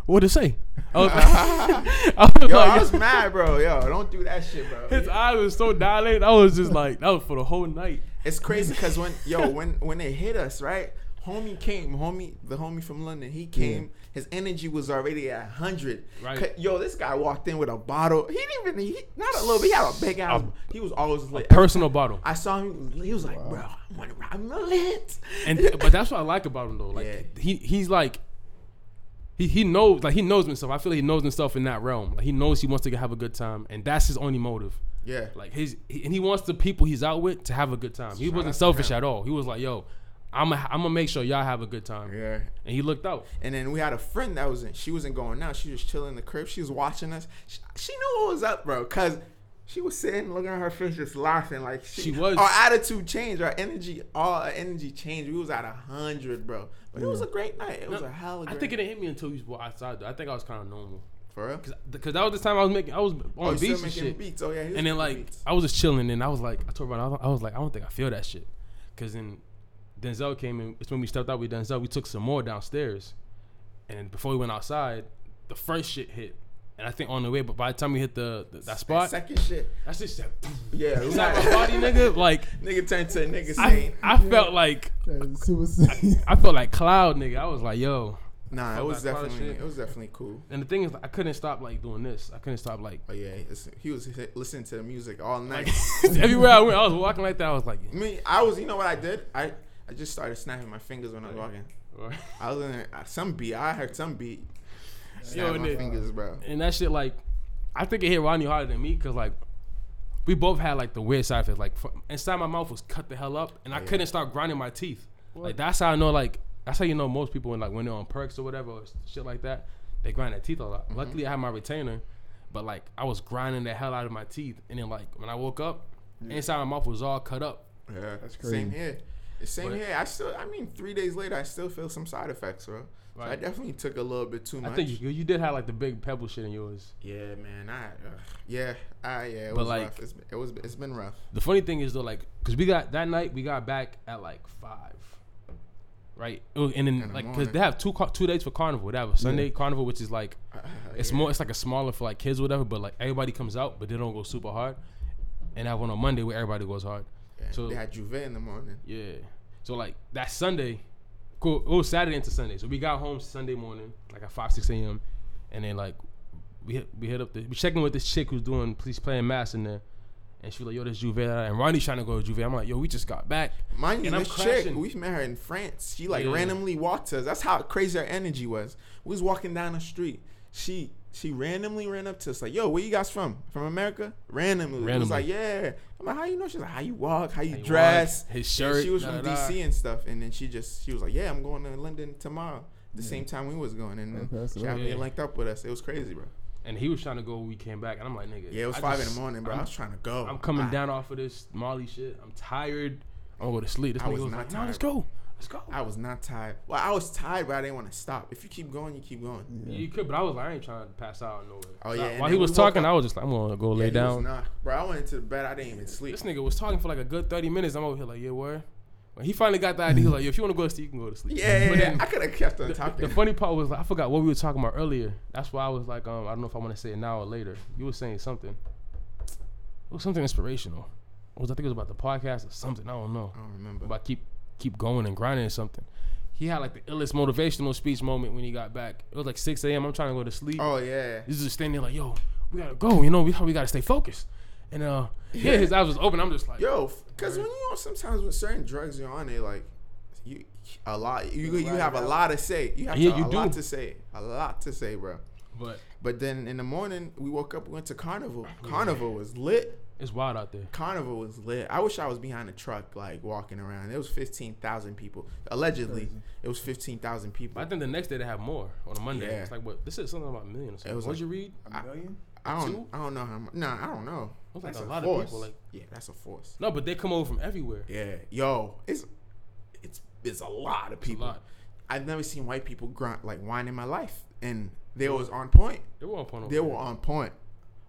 S2: What'd it say? I was like, I was
S3: Yo,
S2: like-
S3: I was mad, bro. Yo, don't do that shit, bro.
S2: his eyes was so dilated. I was just like, that was for the whole night.
S3: It's crazy because when yo when when it hit us right, homie came, homie the homie from London, he came. His energy was already at hundred.
S2: Right.
S3: Yo, this guy walked in with a bottle. He didn't even he, not a little. bit. He had a big ass. he was always lit.
S2: Personal bottle.
S3: I saw him. He was like, bro, I'm gonna- I'm lit.
S2: And but that's what I like about him though. Like
S3: Yeah.
S2: he he's like he, he knows like he knows himself. I feel like he knows himself in that realm. Like he knows he wants to have a good time, and that's his only motive.
S3: yeah.
S2: Like his he, and he wants the people he's out with to have a good time. He
S3: Shout out
S2: wasn't
S3: to
S2: selfish
S3: him.
S2: at all. He was like, "Yo, I'm i I'm gonna make sure y'all have a good time."
S3: Yeah.
S2: And he looked out.
S3: And then we had a friend that wasn't. She wasn't going out. She was chilling in the crib. She was watching us. She, she knew what was up, bro, because she was sitting, looking at her face, just laughing. Like she,
S2: She was.
S3: Our attitude changed. Our energy, all our energy changed. We was at a hundred, bro. But it was a great night. It was a hell of a
S2: I
S3: great.
S2: think it didn't hit me until you were outside. Though. I think I was kind of normal
S3: for real.
S2: because that was the time I was making. I was on
S3: Oh, you still
S2: beats and
S3: making
S2: shit.
S3: beats? Oh yeah. he was
S2: and then
S3: making
S2: like
S3: beats.
S2: I was just chilling, and I was like, I told Ron, I was, I was like, I don't think I feel that shit, because then Denzel came in. It's when we stepped out with Denzel. We took some more downstairs, and before we went outside, the first shit hit, and I think on the way. But by the time we hit the, the that
S3: That
S2: spot,
S3: second shit.
S2: that's just that
S3: Yeah. we
S2: my
S3: had-
S2: body, nigga. Like
S3: Nigga turned to a nigga
S2: I,
S3: saying,
S2: I felt like
S1: That is suicide.
S2: I felt like cloud, nigga. I was like, yo.
S3: Nah, it was
S2: that clown
S3: definitely
S2: shit.
S3: it was definitely cool.
S2: And the thing is, I couldn't stop like doing this. I couldn't stop like
S3: Oh yeah, it's- he was hi- listening to the music all night.
S2: everywhere I went. I was walking like that. I was like,
S3: Me, I was. You know what I did? I I just started snapping my fingers when I was walking. I was in there, uh, some beat. I heard some beat. Snap my
S2: nigga.
S3: fingers, bro.
S2: and that shit like I think it hit Ronnie harder than me because like we both had like the weird side effects. Like fu- inside my mouth was cut the hell up, and I couldn't start grinding my teeth. Like that's how I know like that's how you know most people when like when they're on perks or whatever or s- shit like that, they grind their teeth a lot. Luckily, I had my retainer, but like I was grinding the hell out of my teeth, and then like when I woke up, inside my mouth was all cut up.
S3: Yeah, that's
S1: crazy.
S3: Same here. The Same
S2: But-
S3: here. I still. I mean, three days later, I still feel some side effects, bro. So I
S2: Right.
S3: definitely took a little bit too much.
S2: I think you, you did have like the big pebble shit in yours.
S3: yeah, man. I. ugh. yeah. I. Yeah. It
S2: But
S3: was
S2: like-
S3: rough. It's, it was. It's been rough.
S2: The funny thing is though, like, cause we got that night we got back at like five, right? It was- And then
S3: the
S2: like, cause
S3: morning.
S2: they have two car- two days for carnival. They have a Sunday carnival, which is like, it's more it's like a smaller for like kids, or whatever. But like everybody comes out, but they don't go super hard. And I have one on Monday where everybody goes hard.
S3: Yeah.
S2: So-
S3: they had Juve in the morning.
S2: Yeah. So like that Sunday, cool. It was Saturday into Sunday. So we got home Sunday morning, like at five six a.m. And then like we hit, we hit up the we checking with this chick who's doing police playing mass in there. And she was like, yo, this Juve. And Ronnie's trying to go to Juve. I'm like, yo, we just got back.
S3: Mind you,
S2: And I'm
S3: this chick,
S2: crashing.
S3: we met her in France. She like
S2: Yeah.
S3: randomly walked to us. That's how crazy her energy was. We was walking down the street. She she randomly ran up to us like, "Yo, where you guys from? From America?" Randomly, It was
S2: Randomly.
S3: like, "Yeah." I'm like, "How you know?" She's like, "How you walk? How you
S2: you
S3: dress?"
S2: walk, his
S3: And
S2: shirt,
S3: she was
S2: da,
S3: from
S2: da, da.
S3: DC and stuff. And then she just she was like, "Yeah, I'm going to London tomorrow." The same time we was going, and then
S1: Okay, that's
S3: she
S1: lit.
S3: happened to
S2: Yeah.
S3: linked up with us. It was crazy, bro.
S2: And he was trying to go. We came back, and I'm like, nigga.
S3: Yeah, it was
S2: I
S3: five in
S2: just-
S3: the morning, bro. i
S2: I'm,
S3: was trying to go.
S2: I'm coming
S3: I-
S2: down off of this Molly shit. I'm tired. I'm gonna go to sleep. This
S3: I
S2: nigga
S3: was
S2: was,
S3: not
S2: like, nah,
S3: tired.
S2: let's go, let's go.
S3: I was not tired. Well, I was tired, but I didn't want to stop. If you keep going, you keep going.
S2: You could, but I was like, I ain't trying to pass out nowhere.
S3: Oh, yeah, and
S2: While
S3: then
S2: he
S3: we
S2: was
S3: woke
S2: talking,
S3: up-
S2: I was just like, I'm gonna go
S3: Yeah,
S2: lay
S3: he was
S2: down.
S3: not- bro, I went into the bed. I didn't even sleep.
S2: This nigga was talking for like a good 30 minutes. I'm over here like, yeah, where? When he finally got the idea, he was like, yo, if you want to go to sleep, you can go to sleep.
S3: Yeah, yeah,
S2: But
S3: yeah.
S2: then
S3: I could have kept on talking.
S2: The funny part was, like, I forgot what we were talking about earlier. That's why I was like, um, I don't know if I want to say it now or later. You were saying something. It was something inspirational. It was, I think it was about the podcast or something. I don't know.
S3: I don't remember.
S2: About keep keep going and grinding or something. He had like the illest motivational speech moment when he got back. It was like 6 a.m. I'm trying to go to sleep.
S3: oh yeah.
S2: He's just standing there like, yo, we gotta go. You know, we we gotta stay focused. And uh, yeah, his eyes was open. I'm just like,
S3: Yo, because when you on sometimes with certain drugs you're on it, like you a lot. You you have a lot to say. You have
S2: Yeah,
S3: to,
S2: you
S3: a lot
S2: do.
S3: to say. A lot to say, bro.
S2: but
S3: But then in the morning we woke up. We went to carnival. Carnival was lit.
S2: it's wild out there.
S3: Carnival was lit. I wish I was behind a truck, like walking around. It was fifteen thousand people. Allegedly, it was fifteen thousand people.
S2: But I think the next day they have more on a Monday.
S3: Yeah.
S2: It's like what? This is something about a million. Or something.
S3: It was
S2: What'd you
S3: like-
S2: read?
S1: A million?
S3: I don't.
S2: Two?
S3: I don't know how. Much, nah, I don't know.
S2: It was like
S3: That's
S2: a lot of
S3: force.
S2: people, like-
S3: yeah, that's a force.
S2: No, but they come over from everywhere.
S3: Yeah, yo, it's it's it's a lot of people.
S2: lot.
S3: I've never seen white people grunt like whine in my life, and they was on point.
S2: They were on point.
S3: They were on point,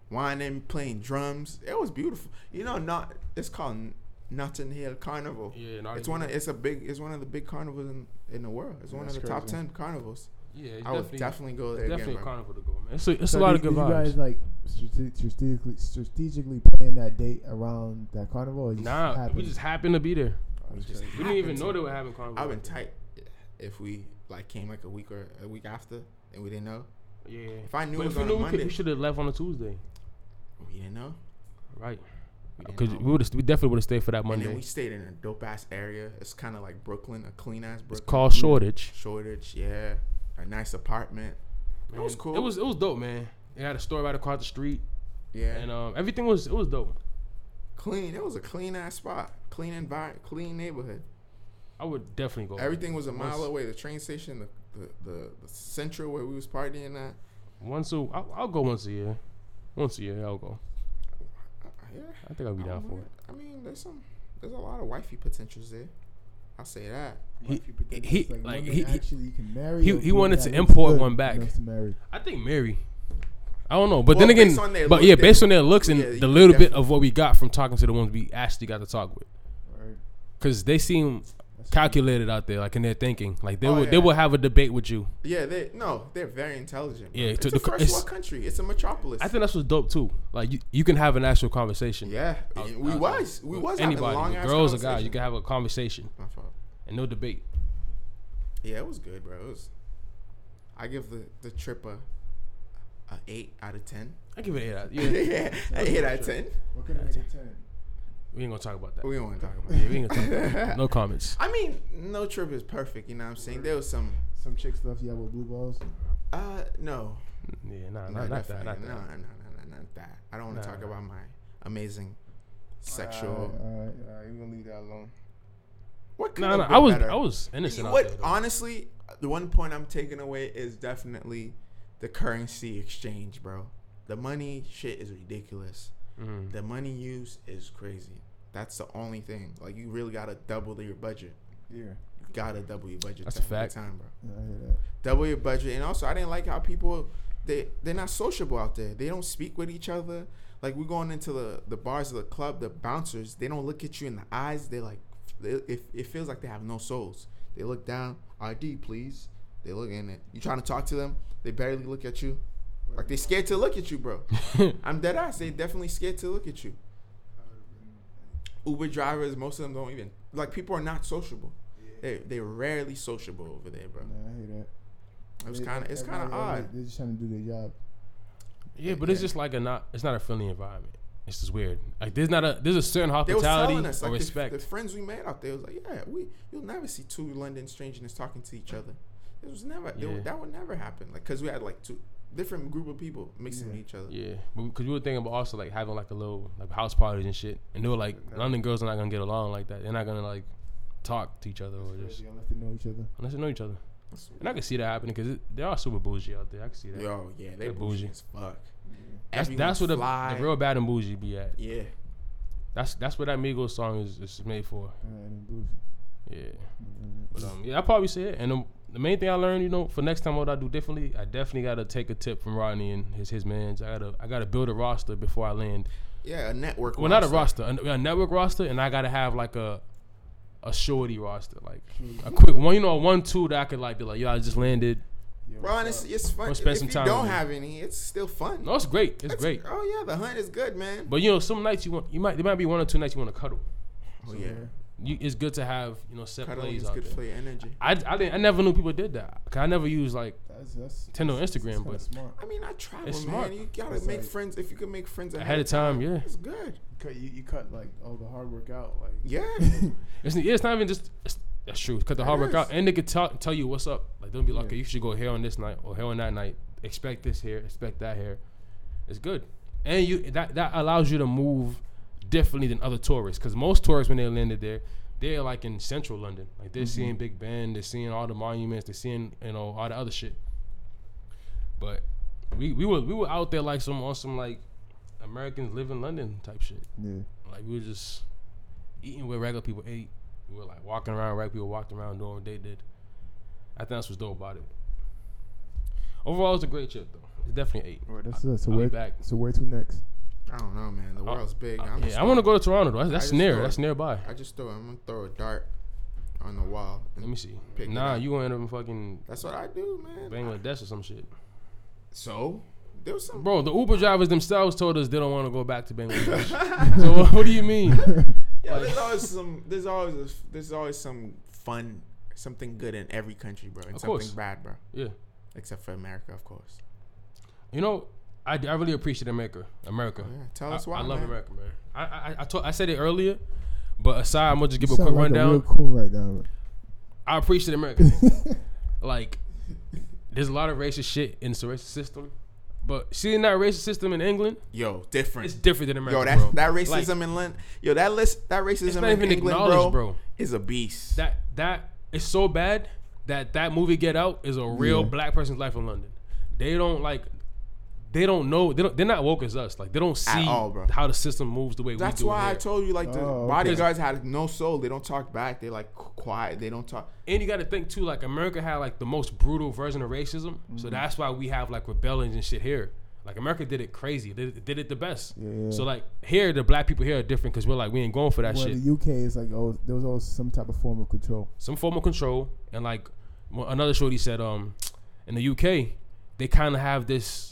S3: whining, playing drums. It was beautiful. You know, not it's called Notting Hill Carnival.
S2: Yeah, Notting
S3: it's one of it's a big it's one of the big carnivals in, in the world. It's one
S1: That's
S3: of the top
S1: crazy.
S3: ten carnivals.
S2: Yeah, it's
S3: I would
S2: definitely, definitely,
S3: definitely go there again.
S2: a
S3: bro.
S2: carnival to go, man. It's a, it's
S1: So
S2: a lot
S1: did-
S2: of good
S1: did
S2: vibes.
S1: You guys like strate- strategically strategically plan that date around that carnival? Or it just
S2: nah, we
S1: happened?
S2: just happened to be there.
S1: Oh,
S3: It just
S1: okay.
S2: We didn't even
S3: happened
S2: know
S3: to
S2: they were having carnival.
S3: I've been tight if we like came like a week or a week after and we didn't know.
S2: Yeah.
S3: If I knew
S2: But
S3: it was
S2: if we
S3: on a
S2: knew, we, could-
S3: Monday,
S2: we should have left on a Tuesday,
S3: we didn't know.
S2: right?
S3: We didn't
S2: Because
S3: know.
S2: we would we definitely would have stayed for that
S3: and
S2: Monday.
S3: then we stayed in a dope ass area. It's kind of like Brooklyn, a clean ass
S2: it's
S3: Brooklyn.
S2: called Shortage.
S3: Shortage, yeah, a nice apartment. It was
S2: Man,
S3: cool.
S2: It was it was dope, man. It had a store right across the street,
S3: yeah,
S2: and um, everything was it was dope.
S3: clean. It was a clean ass spot, clean environment, clean neighborhood.
S2: I would definitely go.
S3: Everything was a mile
S2: Once-
S3: away. The train station, the the, the the central where we was partying at.
S2: once a I'll, I'll go once a year. Once a year, I'll go.
S3: Uh, Yeah,
S2: I think I'll be
S3: I
S2: down
S3: don't
S2: for
S3: mind. I mean, there's some, there's a lot of wifey potentials there. I'll say that.
S2: He-
S1: If you pretend
S2: he-
S1: it's
S2: like,
S1: women
S2: he- he-
S1: actually you can marry.
S2: he-
S1: a
S2: he
S1: dude
S2: wanted
S1: that
S2: to
S1: looks
S2: import
S1: good
S2: one back.
S1: enough to marry.
S2: it. I think Mary. I don't know, but
S3: Well,
S2: then again,
S3: based on their
S2: but
S3: look,
S2: yeah,
S3: they-
S2: based on their looks and
S3: yeah, you
S2: the
S3: can
S2: little bit
S3: definitely-
S2: of what we got from talking to the ones we actually got to talk with,
S1: Right.
S2: because they seem
S1: That's
S2: calculated out there, like in their thinking. Like they
S3: Oh,
S2: will,
S3: yeah.
S2: they will have a debate with you.
S3: Yeah, they no, they're very intelligent. bro.
S2: Yeah,
S3: it's
S2: to
S3: a
S2: the co-
S3: first
S2: it's-
S3: world country. It's a metropolis.
S2: I think that's what's dope too. Like you, you can have an actual conversation.
S3: yeah,
S2: Out-
S3: we
S2: out-
S3: was we
S2: with
S3: was
S2: anybody,
S3: having
S2: with
S3: long
S2: girls or guys, you can have a conversation
S3: My fault.
S2: and no debate.
S3: Yeah, it was good, bro. It was. I give the the trip a a eight out of ten.
S2: I give it an eight out.
S3: Yeah,
S2: Yeah,
S3: an eight out of ten.
S1: What could have made it ten?
S2: we ain't gonna talk about that.
S3: We don't want to talk about
S2: Yeah,
S3: it.
S2: we ain't gonna talk about that. No comments.
S3: I mean, no trip is perfect. You know what I'm saying? There was some.
S1: Some chicks left you out with blue balls.
S3: Uh, no,
S2: Yeah, nah,
S3: no,
S2: nah, not that,
S3: definitely.
S2: not that.
S3: no, no, no, no, not that. I don't want
S2: Nah.
S3: to talk about my amazing sexual.
S1: All right, all right, all right, we're gonna leave that alone.
S3: What could
S2: No,
S3: have
S2: no,
S3: been
S2: I was,
S3: better?
S2: I was innocent. out
S3: What
S2: there, though.
S3: honestly, the one point I'm taking away is definitely the currency exchange, bro. The money shit is ridiculous.
S2: Mhm.
S3: The money used is crazy. That's the only thing. Like you really gotta double your budget.
S1: Yeah,
S3: You gotta double your budget.
S2: That's a
S3: time to
S2: fact.
S3: Time, bro.
S1: yeah, I hear that.
S3: Double your budget. And also, I didn't like how people they they're not sociable out there. They don't speak with each other. Like we're going into the the bars of the club, the bouncers they don't look at you in the eyes. They like they, if it feels like they have no souls. They look down. ID, please. They look in it. You trying to talk to them? They barely look at you. Like they scared to look at you, bro.
S2: Mm.
S3: I'm dead ass. They definitely scared to look at you. Uber drivers, most of them don't even like. People are not sociable. They they rarely sociable over there, bro.
S1: Nah, I hear that.
S3: It was
S1: They-
S3: kind of it's kind of
S1: everybody- everybody-
S3: odd.
S1: They're just trying to do their job.
S2: Yeah, but it's just like a not. It's not a friendly environment. It's just weird. Like there's not a there's a certain
S3: They was
S2: hospitality
S3: telling us
S2: or
S3: like the,
S2: respect.
S3: the friends we met out there was like, yeah, we you'll never see two London strangers talking to each other. It was never they would-
S2: Yeah.
S3: that would never happen. Like because we had like two different group of people mixing with
S1: Yeah.
S3: each other.
S2: yeah, because we were thinking about also like having like a little like house parties and shit, and they were like
S1: No.
S2: London girls are not gonna get along like that. They're not gonna like talk to each other or
S1: Y'all
S2: just
S1: have to know each other.
S2: unless they know each other. And I can see that happening because they are super bougie out there. I can see that.
S3: Yo, yeah, they
S2: They're
S3: bougie
S2: bougie.
S3: as fuck.
S2: that's that's where the, the real bad and bougie be at.
S3: yeah.
S2: That's that's what that Migos song is, is made for.
S1: All right, and booze.
S2: Yeah.
S1: Mm,
S2: But um, yeah, I probably say it. And the, the main thing I learned, you know, for next time what I do differently, I definitely gotta take a tip from Rodney and his his man's. I gotta I gotta build a roster before I land.
S3: Yeah, a network.
S2: Well, not a roster, a, a network roster, and I gotta have like a a shorty roster, like
S3: Hmm.
S2: a quick one, you know, a one two that I could like be like, yo, I just landed.
S1: yeah,
S3: Bro, honestly, it's fun.
S2: We'll spend
S3: if
S2: some
S3: you
S2: time
S3: don't
S2: with it.
S3: have any, it's still fun.
S2: No, it's great, it's
S3: That's-
S2: great.
S3: Oh yeah, the hunt is good, man.
S2: But you know, some nights you want you might there might be one or two nights you want to cuddle.
S3: Oh
S1: so,
S3: yeah,
S2: You, it's good to have you know set
S3: cuddling
S2: plays
S3: is
S2: out
S3: good
S2: there.
S3: for your energy.
S2: I, I didn't I never knew people did that. Cause I never used like
S1: That's, that's,
S2: Tinder on
S1: that's- that's
S2: Instagram,
S1: kinda
S2: but-
S1: smart.
S3: I mean, I travel,
S2: It's
S3: man.
S2: smart.
S3: You gotta
S1: It's
S3: make
S1: like-
S3: friends. If you can make friends
S2: ahead of time. Yeah,
S3: it's good.
S1: You cut, you, you cut like all the hard work out. Like
S3: Yeah,
S2: It's, yeah, it's not even just. It's, that's true. Cut the hard
S3: It
S2: work out,
S3: is.
S2: and they could tell tell you what's up. Like they'll be like,
S1: Yeah.
S2: okay, you should go here on this night or here on that night. Expect this here, expect that here. It's good, and you that that allows you to move differently than other tourists. Because most tourists, when they landed there, they're like in central London. Like
S3: Mm-hmm.
S2: they're seeing Big Ben, they're seeing all the monuments, they're seeing you know all the other shit. But we, we were we were out there like some on some like Americans live in London type shit.
S1: Yeah.
S2: Like we were just eating what regular people ate. We were like walking around, right? People walked around doing what they did. I think that's what's dope about it. Overall, it's a great trip though. It's definitely an eight.
S3: Or
S1: That's it. So
S2: I'll be
S1: where
S2: back.
S1: so where to next?
S3: I don't know, man. The
S2: Uh,
S3: world's big.
S2: Uh,
S3: I'm
S2: yeah,
S3: just
S2: I want to go to Toronto though. That's, that's
S3: just
S2: near.
S3: throw-
S2: That's nearby.
S3: I just throw. I'm gonna throw a dart on the wall.
S2: Let me see.
S3: Pick it
S2: Nah,
S3: up.
S2: you gonna end up in fucking
S3: That's what I do, man.
S2: Bangladesh or some shit.
S3: So there was some.
S2: Bro, the Uber drivers themselves told us they don't want to go back to Bangladesh. so what do you mean?
S3: Yeah, there's always some. There's always a, there's always some fun, something good in every country, bro, and
S2: Of
S3: something
S2: course.
S3: bad, bro.
S2: Yeah.
S3: Except for America, of course.
S2: You know, I, I really appreciate America. America.
S3: Oh, yeah, tell
S2: I,
S3: us why.
S2: I love
S3: man.
S2: America, man. I I, I, told, I said it earlier, but aside, I'm gonna just give
S1: You
S2: a quick
S1: sound like
S2: rundown.
S1: a real cool right now.
S2: I appreciate America. like, there's a lot of racist shit in the racist system, but seeing that racist system in England,
S3: Yo, different.
S2: it's different than America.
S3: yo, that
S2: bro.
S3: that
S2: Like,
S3: racism in London. Yo, that list. That racism
S2: it's not
S3: in
S2: even
S3: England, bro,
S2: acknowledged, bro.
S3: is a beast.
S2: That that is so bad that that movie Get Out is a real
S1: Yeah.
S2: black person's life in London. They don't like. They don't know. They don't, they're not woke as us. Like they don't see
S3: all, bro.
S2: how the system moves the way
S3: That's
S2: we do.
S3: why I
S2: here.
S3: told you, like the
S1: Oh, okay.
S3: bodyguards had no soul. They don't talk back. They like qu- quiet. They don't talk.
S2: and you got to think too, like America had like the most brutal version of racism,
S1: Mm-hmm.
S2: so that's why we have like rebellions and shit here. Like America did it crazy, did, did it the best.
S1: Yeah.
S2: So like here, the black people here are different because we're like we ain't going for that
S1: Well,
S2: shit.
S1: the UK is like oh, there was always some type of form of control.
S2: Some form of control and like mo- another shorty said, um, in the UK, they kind of have this.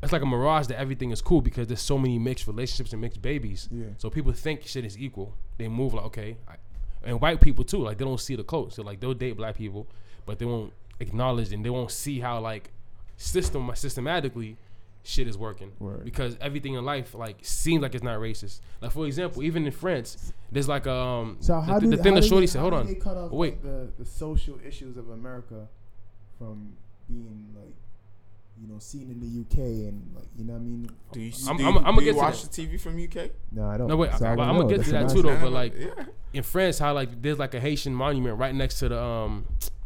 S2: It's like a mirage that everything is cool because there's so many mixed relationships and mixed babies.
S1: Yeah.
S2: So people think shit is equal. They move like okay, I, and white people too. Like they don't see the clothes. So like they'll date black people, but they won't acknowledge and they won't see how like system systematically shit is working.
S1: Word.
S2: Because everything in life like seems like it's not racist. Like for example, even in France, there's like um
S1: So how
S2: the,
S1: do
S2: the thing
S1: how
S2: that
S1: do
S2: Shorty
S1: they-
S2: said.
S1: how
S2: Hold
S1: do
S2: on,
S1: They cut off
S2: wait.
S1: like, the, the social issues of America from being like you know seen in the UK and like you know what I mean.
S3: Do you?
S2: I'm-
S3: do you,
S2: I'm- I'ma
S3: do you
S2: get to
S3: watch
S2: that.
S3: the TV from UK?
S1: No, I don't.
S2: No, wait,
S1: So I
S2: but
S1: don't
S2: I'ma
S1: know.
S2: get to
S1: That's
S2: that
S1: what
S2: too,
S1: I'm saying.
S2: though. but,
S3: Nah,
S2: like-
S3: yeah.
S2: in France how like there's like a Haitian monument right next to the um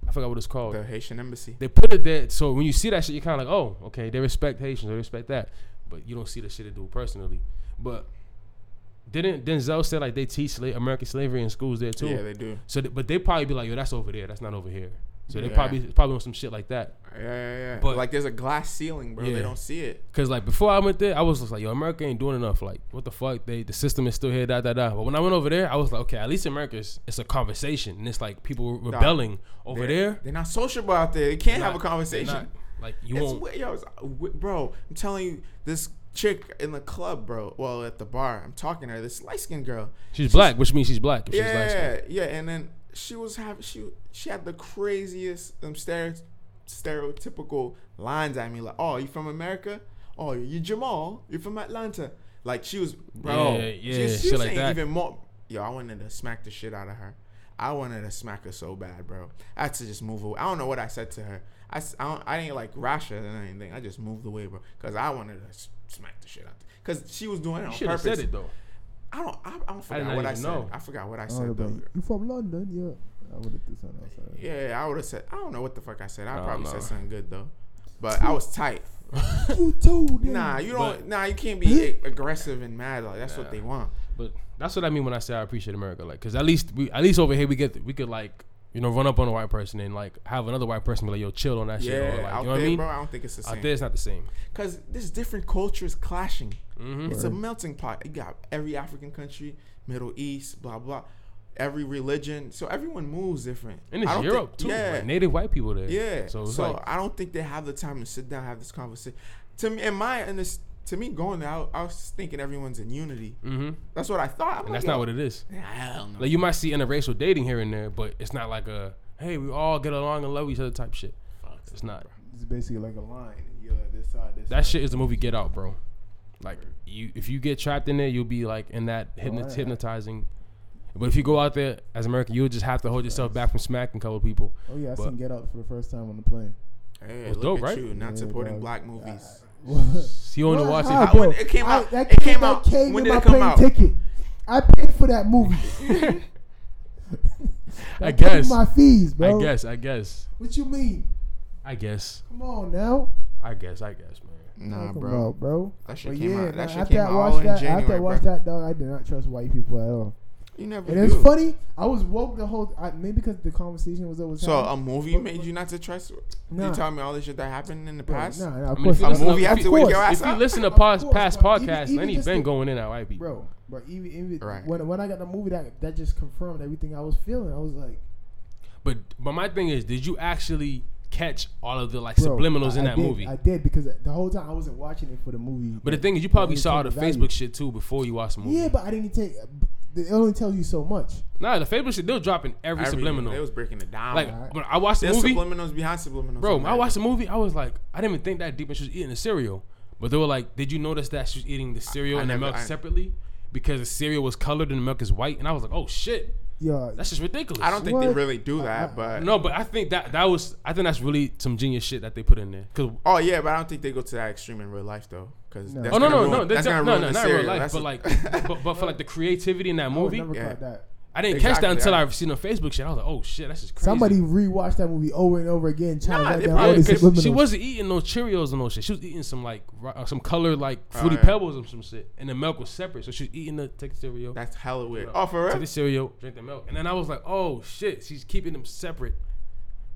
S2: I forgot what it's called.
S3: the Haitian embassy.
S2: they put it there so when you see that shit you're kind of like oh okay they respect Haitians they respect that but you don't see the shit they do personally but didn't Denzel say like they teach sla- American slavery in schools there too
S3: Yeah, they do.
S2: so th- but they probably be like yo that's over there that's not over here so they
S3: Yeah.
S2: probably it's probably on some shit like that
S3: Yeah, yeah, yeah.
S2: But-
S3: But like, there's a glass ceiling, bro.
S2: Yeah.
S3: They don't see it.
S2: Cause like before I went there, I was just like, "Yo, America ain't doing enough. Like, what the fuck? They the system is still here, da da da." But when I went over there, I was like, "Okay, at least America's it's a conversation, and it's like people rebelling over
S3: They're-
S2: there."
S3: they're not sociable out there. They can't
S2: Not-
S3: have a conversation.
S2: not- like you
S3: it's
S2: won't.
S3: weird, yo, it's weird, bro. I'm telling you, this chick in the club, bro. Well, at the bar, I'm talking to her. This light skinned girl.
S2: She's black, which means she's black. If she's light
S3: yeah,
S2: skinned.
S3: yeah. And then she was having she she had the craziest um stere- stereotypical lines at me like, "Oh, you from America? Oh, you Jamal? You from Atlanta?" Like she was, bro.
S2: Yeah, yeah,
S3: she, she
S2: shit
S3: was
S2: like
S3: saying
S2: that.
S3: even more. Yo, I wanted to smack the shit out of her. I wanted to smack her so bad, bro. I had to just move away. I don't know what I said to her. I, s- I, don't, I ain't like rash her or anything. I just moved away, bro, because I wanted to s- smack the shit out. Because she was doing
S2: You
S3: it on
S2: should have
S3: purpose.
S2: said it though.
S3: I don't. I, I don't
S2: I did
S3: forget
S2: not
S3: what I
S2: even
S3: said.
S2: know.
S3: I forgot what I
S1: I
S3: said
S1: would've
S3: though.
S1: been, Oh, you from London? Yeah, I would have done something outside.
S3: Yeah, I would have said. I don't know what the fuck I said. I,
S2: I don't
S3: probably
S2: know.
S3: said something good though, but I was tight.
S1: You too. Then.
S3: Nah, you don't.
S2: But-
S3: nah, you can't be ag- aggressive and mad. Like that's
S2: Nah.
S3: what they want.
S2: But that's what I mean when I say I appreciate America. Like, cause at least we at least over here we get we could like you know run up on a white person and like have another white person be like, "Yo, chill on that shit."
S3: Yeah,
S2: Or, like,
S3: out
S2: you know what
S3: there,
S2: I mean?
S3: bro. I don't think it's the
S2: Out there,
S3: same.
S2: it's not the same.
S3: Cause there's different cultures clashing.
S2: hmm
S3: It's a
S1: Word.
S3: melting pot. You got every African country, Middle East, blah blah, every religion. So everyone moves different.
S2: And it's
S3: I don't
S2: Europe
S3: thi-
S2: too.
S3: Yeah,
S2: Like, native white people there.
S3: Yeah.
S2: So
S3: So,
S2: it's like
S3: I don't think they have the time to sit down have this conversation. To me, in my and this, to me going there, I, I was just thinking everyone's in unity.
S2: hmm
S3: That's what I thought. I'm
S2: And that's
S3: like,
S2: not
S3: yo,
S2: what it is.
S3: Hell no.
S2: Like you might see interracial dating here and there, but it's not like a hey, we all get along and love each other type shit. It's not.
S1: It's basically like a line. You're like this side. This
S2: That
S1: side.
S2: shit is the movie Get Out, bro. Like you, if you get trapped in there, you'll be like in that hypno-
S1: Oh, yeah.
S2: hypnotizing. But if you go out there as American, you'll just have to hold yourself back from smacking a couple people.
S1: Oh yeah, I
S2: but-
S1: seen Get Out for the first time on the plane.
S3: Hey,
S2: was
S3: look
S2: dope,
S3: at
S2: right?
S3: you not
S1: Yeah,
S3: supporting
S1: dog.
S3: black movies.
S2: So you only
S1: Well,
S2: watch
S1: how,
S2: it.
S3: I-
S1: bro?
S3: when it came out-
S1: that
S3: it
S1: kid
S3: came
S1: that
S3: out-
S1: Came
S3: when
S1: in
S3: did
S1: my
S3: it come
S1: plane
S3: out?
S1: Ticket. I paid for that movie.
S2: I
S1: paid
S2: guess.
S1: my fees, bro.
S2: I guess. I guess.
S1: What you mean?
S2: I guess.
S1: Come on now.
S2: I guess. I guess, man.
S3: Nah,
S1: Talking
S3: bro.
S1: about, bro.
S3: That shit
S1: But
S3: came
S1: yeah,
S3: out. That
S1: nah,
S3: shit
S1: after
S3: came
S1: I
S3: out all
S1: watched
S3: in
S1: that,
S3: January,
S1: after I watched
S3: bro.
S1: that, dog, I did not trust white people at all.
S3: You never
S1: And
S3: do.
S1: it's funny. I was woke the whole. I, maybe because the conversation was over.
S3: So um, a movie made you not to trust.
S1: Nah.
S3: You tell me all this shit that happened in the
S1: Bro,
S3: past.
S1: Nah, nah, of
S2: I mean,
S1: course.
S2: if you
S1: not.
S2: listen
S3: movie
S2: to-
S1: Of
S3: after
S1: course.
S3: wake your ass
S2: If you
S3: up.
S2: listen to
S1: Of
S2: past,
S1: course,
S2: past
S1: bro. Even-
S2: podcasts,
S1: even
S2: then he's
S1: just
S2: been
S1: the-
S2: going in at white people.
S1: bro. But even, even
S3: Right.
S1: when when I got the movie, that that just confirmed everything I was feeling. I was like,
S2: But but my thing is, did you actually catch all of the like
S1: bro,
S2: subliminals
S1: I-
S2: in
S1: I
S2: that
S1: did-
S2: movie?
S1: I did because the whole time I wasn't watching it for the movie.
S2: but the
S1: like,
S2: thing is, you probably saw all the
S1: entertainment value.
S2: Facebook shit too before you watched the movie.
S1: Yeah, but I didn't take. It only tells you so much.
S2: nah, the Facebook shit they were dropping every,
S3: Every-
S2: subliminal.
S3: They was breaking it down.
S2: like
S1: Alright.
S2: when I watched the
S3: There's
S2: movie,
S3: subliminals behind subliminals.
S2: bro.
S3: in
S2: When I
S3: that.
S2: watched the movie, I was like, I didn't even think that deep, and she was eating the cereal. But they were like, did you notice that she was eating the cereal
S3: I
S2: and the
S3: never-
S2: milk
S3: I-
S2: separately? Because the cereal was colored and the milk is white, and I was like, oh shit,
S1: Yeah,
S2: that's just ridiculous.
S3: I don't think they
S1: What?
S3: really do
S1: I- I-
S3: that, but
S2: No, but I think that that was I think that's really some genius shit that they put in there. Cause
S3: Oh yeah, but I don't think they go to that extreme in real life though, because
S1: No.
S3: that's
S2: oh no
S3: gonna
S2: no
S3: ruin,
S2: no
S3: that's
S2: that's
S3: gonna
S2: no
S3: ruin
S2: no
S3: the
S2: not in
S3: serial.
S2: real life,
S3: That's-
S2: but like but, but for like the creativity in that
S1: I would
S2: movie,
S1: Oh, never
S3: Yeah.
S1: caught that.
S2: I didn't catch that
S3: Exactly,
S2: until
S3: yeah.
S2: I seen on Facebook shit. I was like, oh shit, that's just crazy.
S1: Somebody rewatched that movie over and over again, trying
S3: Nah,
S1: to
S3: they
S1: write down all
S2: Yeah,
S1: these
S2: 'cause
S1: subliminals.
S2: she wasn't eating no Cheerios or no shit. She was eating some like ro- uh, some colored like
S3: Oh,
S2: fruity
S3: yeah.
S2: pebbles or some shit, and the milk was separate. So she was eating the take the cereal,
S3: that's hella weird. Oh for
S2: take
S3: real?
S2: the cereal, drink the milk, and then I was like, oh shit, she's keeping them separate.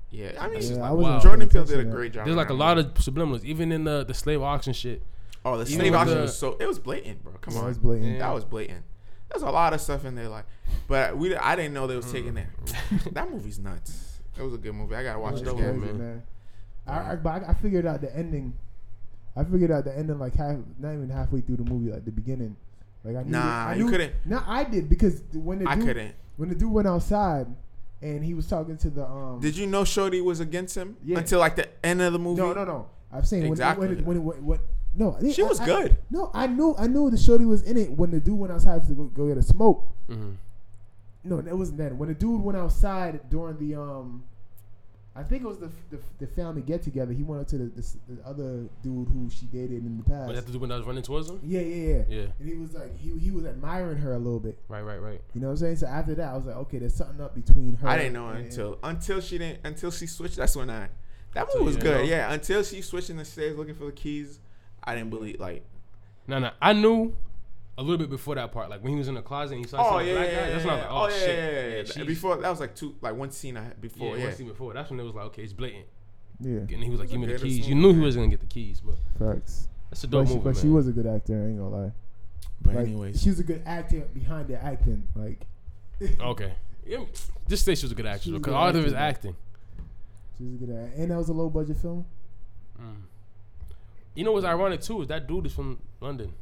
S3: Yeah, I mean,
S2: That's just
S1: Yeah,
S2: like,
S1: I wasn't
S2: wow.
S1: paying
S3: Jordan Peele
S1: attention
S3: did a
S1: to that.
S3: great job.
S2: There's
S3: in
S2: like
S3: that
S2: a lot
S3: movie.
S2: of subliminals, even in the the slave auction shit.
S3: oh the
S2: even
S3: slave
S2: with
S3: auction
S2: the-
S3: was so it was blatant, bro. Come
S1: Yeah,
S3: on,
S1: it's blatant.
S2: Yeah.
S3: that was blatant. There's a lot of stuff in there, like, but we I didn't know they was taking that. that movie's nuts. It was a good movie. I gotta watch
S1: It's
S3: it
S2: Hmm. that
S3: again,
S2: one,
S1: crazy,
S3: man.
S1: I, I, but I, I figured out the ending. I figured out the ending like half, not even halfway through the movie, like the beginning. Like I knew,
S3: Nah,
S1: I
S3: you
S1: knew-
S3: couldn't.
S1: No, I did because th- when the
S3: I
S1: dude,
S3: couldn't.
S1: when the dude went outside, and he was talking to the um.
S3: Did you know Shorty was against him
S1: Yeah.
S3: until like the end of the movie?
S1: no, no, no. I'm saying when-
S3: Exactly.
S1: when, when, when, when, when no, I didn't-
S3: She
S1: I-
S3: was
S1: I-
S3: good.
S1: No, I knew, I knew the shorty was in it when the dude went outside to go, go get a smoke.
S2: Mm-hmm.
S1: No, that wasn't that. When the dude went outside during the um, I think it was the the, the family get together. He went up to the, the, s- the other dude who she dated in the
S2: But
S1: past.
S2: that's the when I was running towards them.
S1: yeah, yeah, yeah,
S2: Yeah,
S1: And he was like, he he was admiring her a little bit.
S2: right, right, right.
S1: You know what I'm saying? So after that, I was like, okay, there's something up between her.
S3: I didn't know
S1: and-
S3: until until she didn't until she switched. That's when I that movie
S2: you
S3: was
S2: didn't
S3: good.
S2: know?
S3: Yeah, until she switched in the stairs looking for the keys, I didn't believe like
S2: No, no, I knew a little bit before that part. Like when he was in the closet and he saw
S3: oh
S2: some
S3: yeah,
S2: black
S3: yeah,
S2: guy. That's
S3: yeah,
S2: when I was like, oh,
S3: yeah, yeah,
S2: shit.
S3: yeah, yeah, yeah.
S2: she's-
S3: Before that was like two like one scene I had
S2: yeah,
S3: before
S2: yeah.
S3: yeah.
S2: one scene before. That's when it was like, okay, it's blatant.
S1: Yeah,
S2: And he was like, give me the
S3: Yeah, that's
S2: keys. You
S3: smooth,
S2: knew he
S3: man.
S2: wasn't gonna get the keys, but
S1: facts.
S2: that's a
S1: But,
S2: dope
S1: she,
S2: movie.
S1: but
S2: man.
S1: she was a good actor. I ain't gonna lie.
S3: But
S1: Like,
S3: anyways,
S1: she was a good actor behind the acting. Like,
S2: okay. Yeah, just say she was a good actress
S1: She was
S2: because
S1: a
S2: all
S1: good
S2: of it is
S1: actor,
S2: acting.
S1: she was a good actor, and that was a low budget film.
S2: You know what's ironic too is that dude is from London,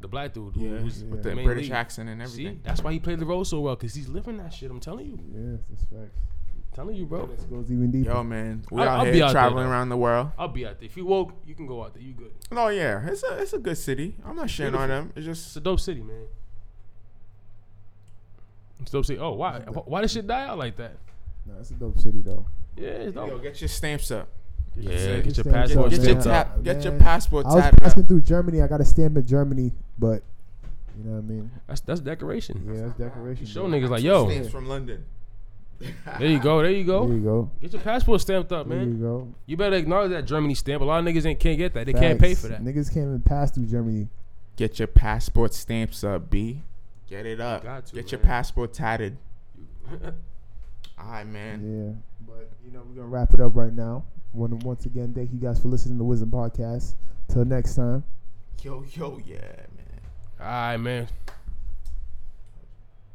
S2: the black dude. who-
S3: yeah,
S2: who's
S3: with
S1: yeah.
S3: the
S2: main
S3: British
S2: lead.
S3: accent and everything.
S2: See, that's why he played the role so well because he's living that shit. I'm telling you,
S1: Yes, that's facts.
S2: I'm telling you, bro.
S1: This goes even deeper.
S3: Yo man, we
S2: I'll-
S3: out
S2: I'll
S3: here
S2: be out there,
S3: traveling
S2: though.
S3: around the world.
S2: I'll be out there. If you woke, you can go out there. You good.
S3: No, yeah, it's a it's a good city. I'm not shitting on them. It's
S2: It's
S3: just
S2: a dope city, man. It's a dope city. Oh, why? Why does shit die out like that?
S1: Nah, it's a dope city though.
S2: Yeah, it's
S3: yo,
S2: dope.
S3: get your stamps up.
S2: Yeah,
S1: Get
S2: get your
S1: your
S2: passport.
S1: stamps
S3: Get your
S1: man.
S2: stamped up.
S3: tap, get your
S1: Man.
S3: passport
S1: I was
S3: tatted up.
S1: passing through Germany. I got a stamp in Germany, but you know what I mean.
S2: That's that's decoration.
S1: Yeah, that's decoration.
S2: Show
S1: bro.
S2: niggas like, yo,
S3: Stamps from London.
S2: there you go, there you
S1: There
S2: go.
S1: you go.
S2: Get your passport stamped up,
S1: There you
S2: man.
S1: go.
S2: You better acknowledge that Germany stamp. A lot of niggas ain't can't get that. They can't pay
S1: Facts.
S2: for that.
S1: Niggas can't even pass through Germany.
S3: Get your passport stamps up, B. Get it up.
S2: Got to,
S3: Get your
S2: man.
S3: passport tatted. All right, man.
S1: Yeah, but you know we're gonna wrap it up right now. Wanna once again, thank you guys for listening to Wisdom Podcast. Till next time.
S3: Yo, yo, yeah, man.
S2: All right, man.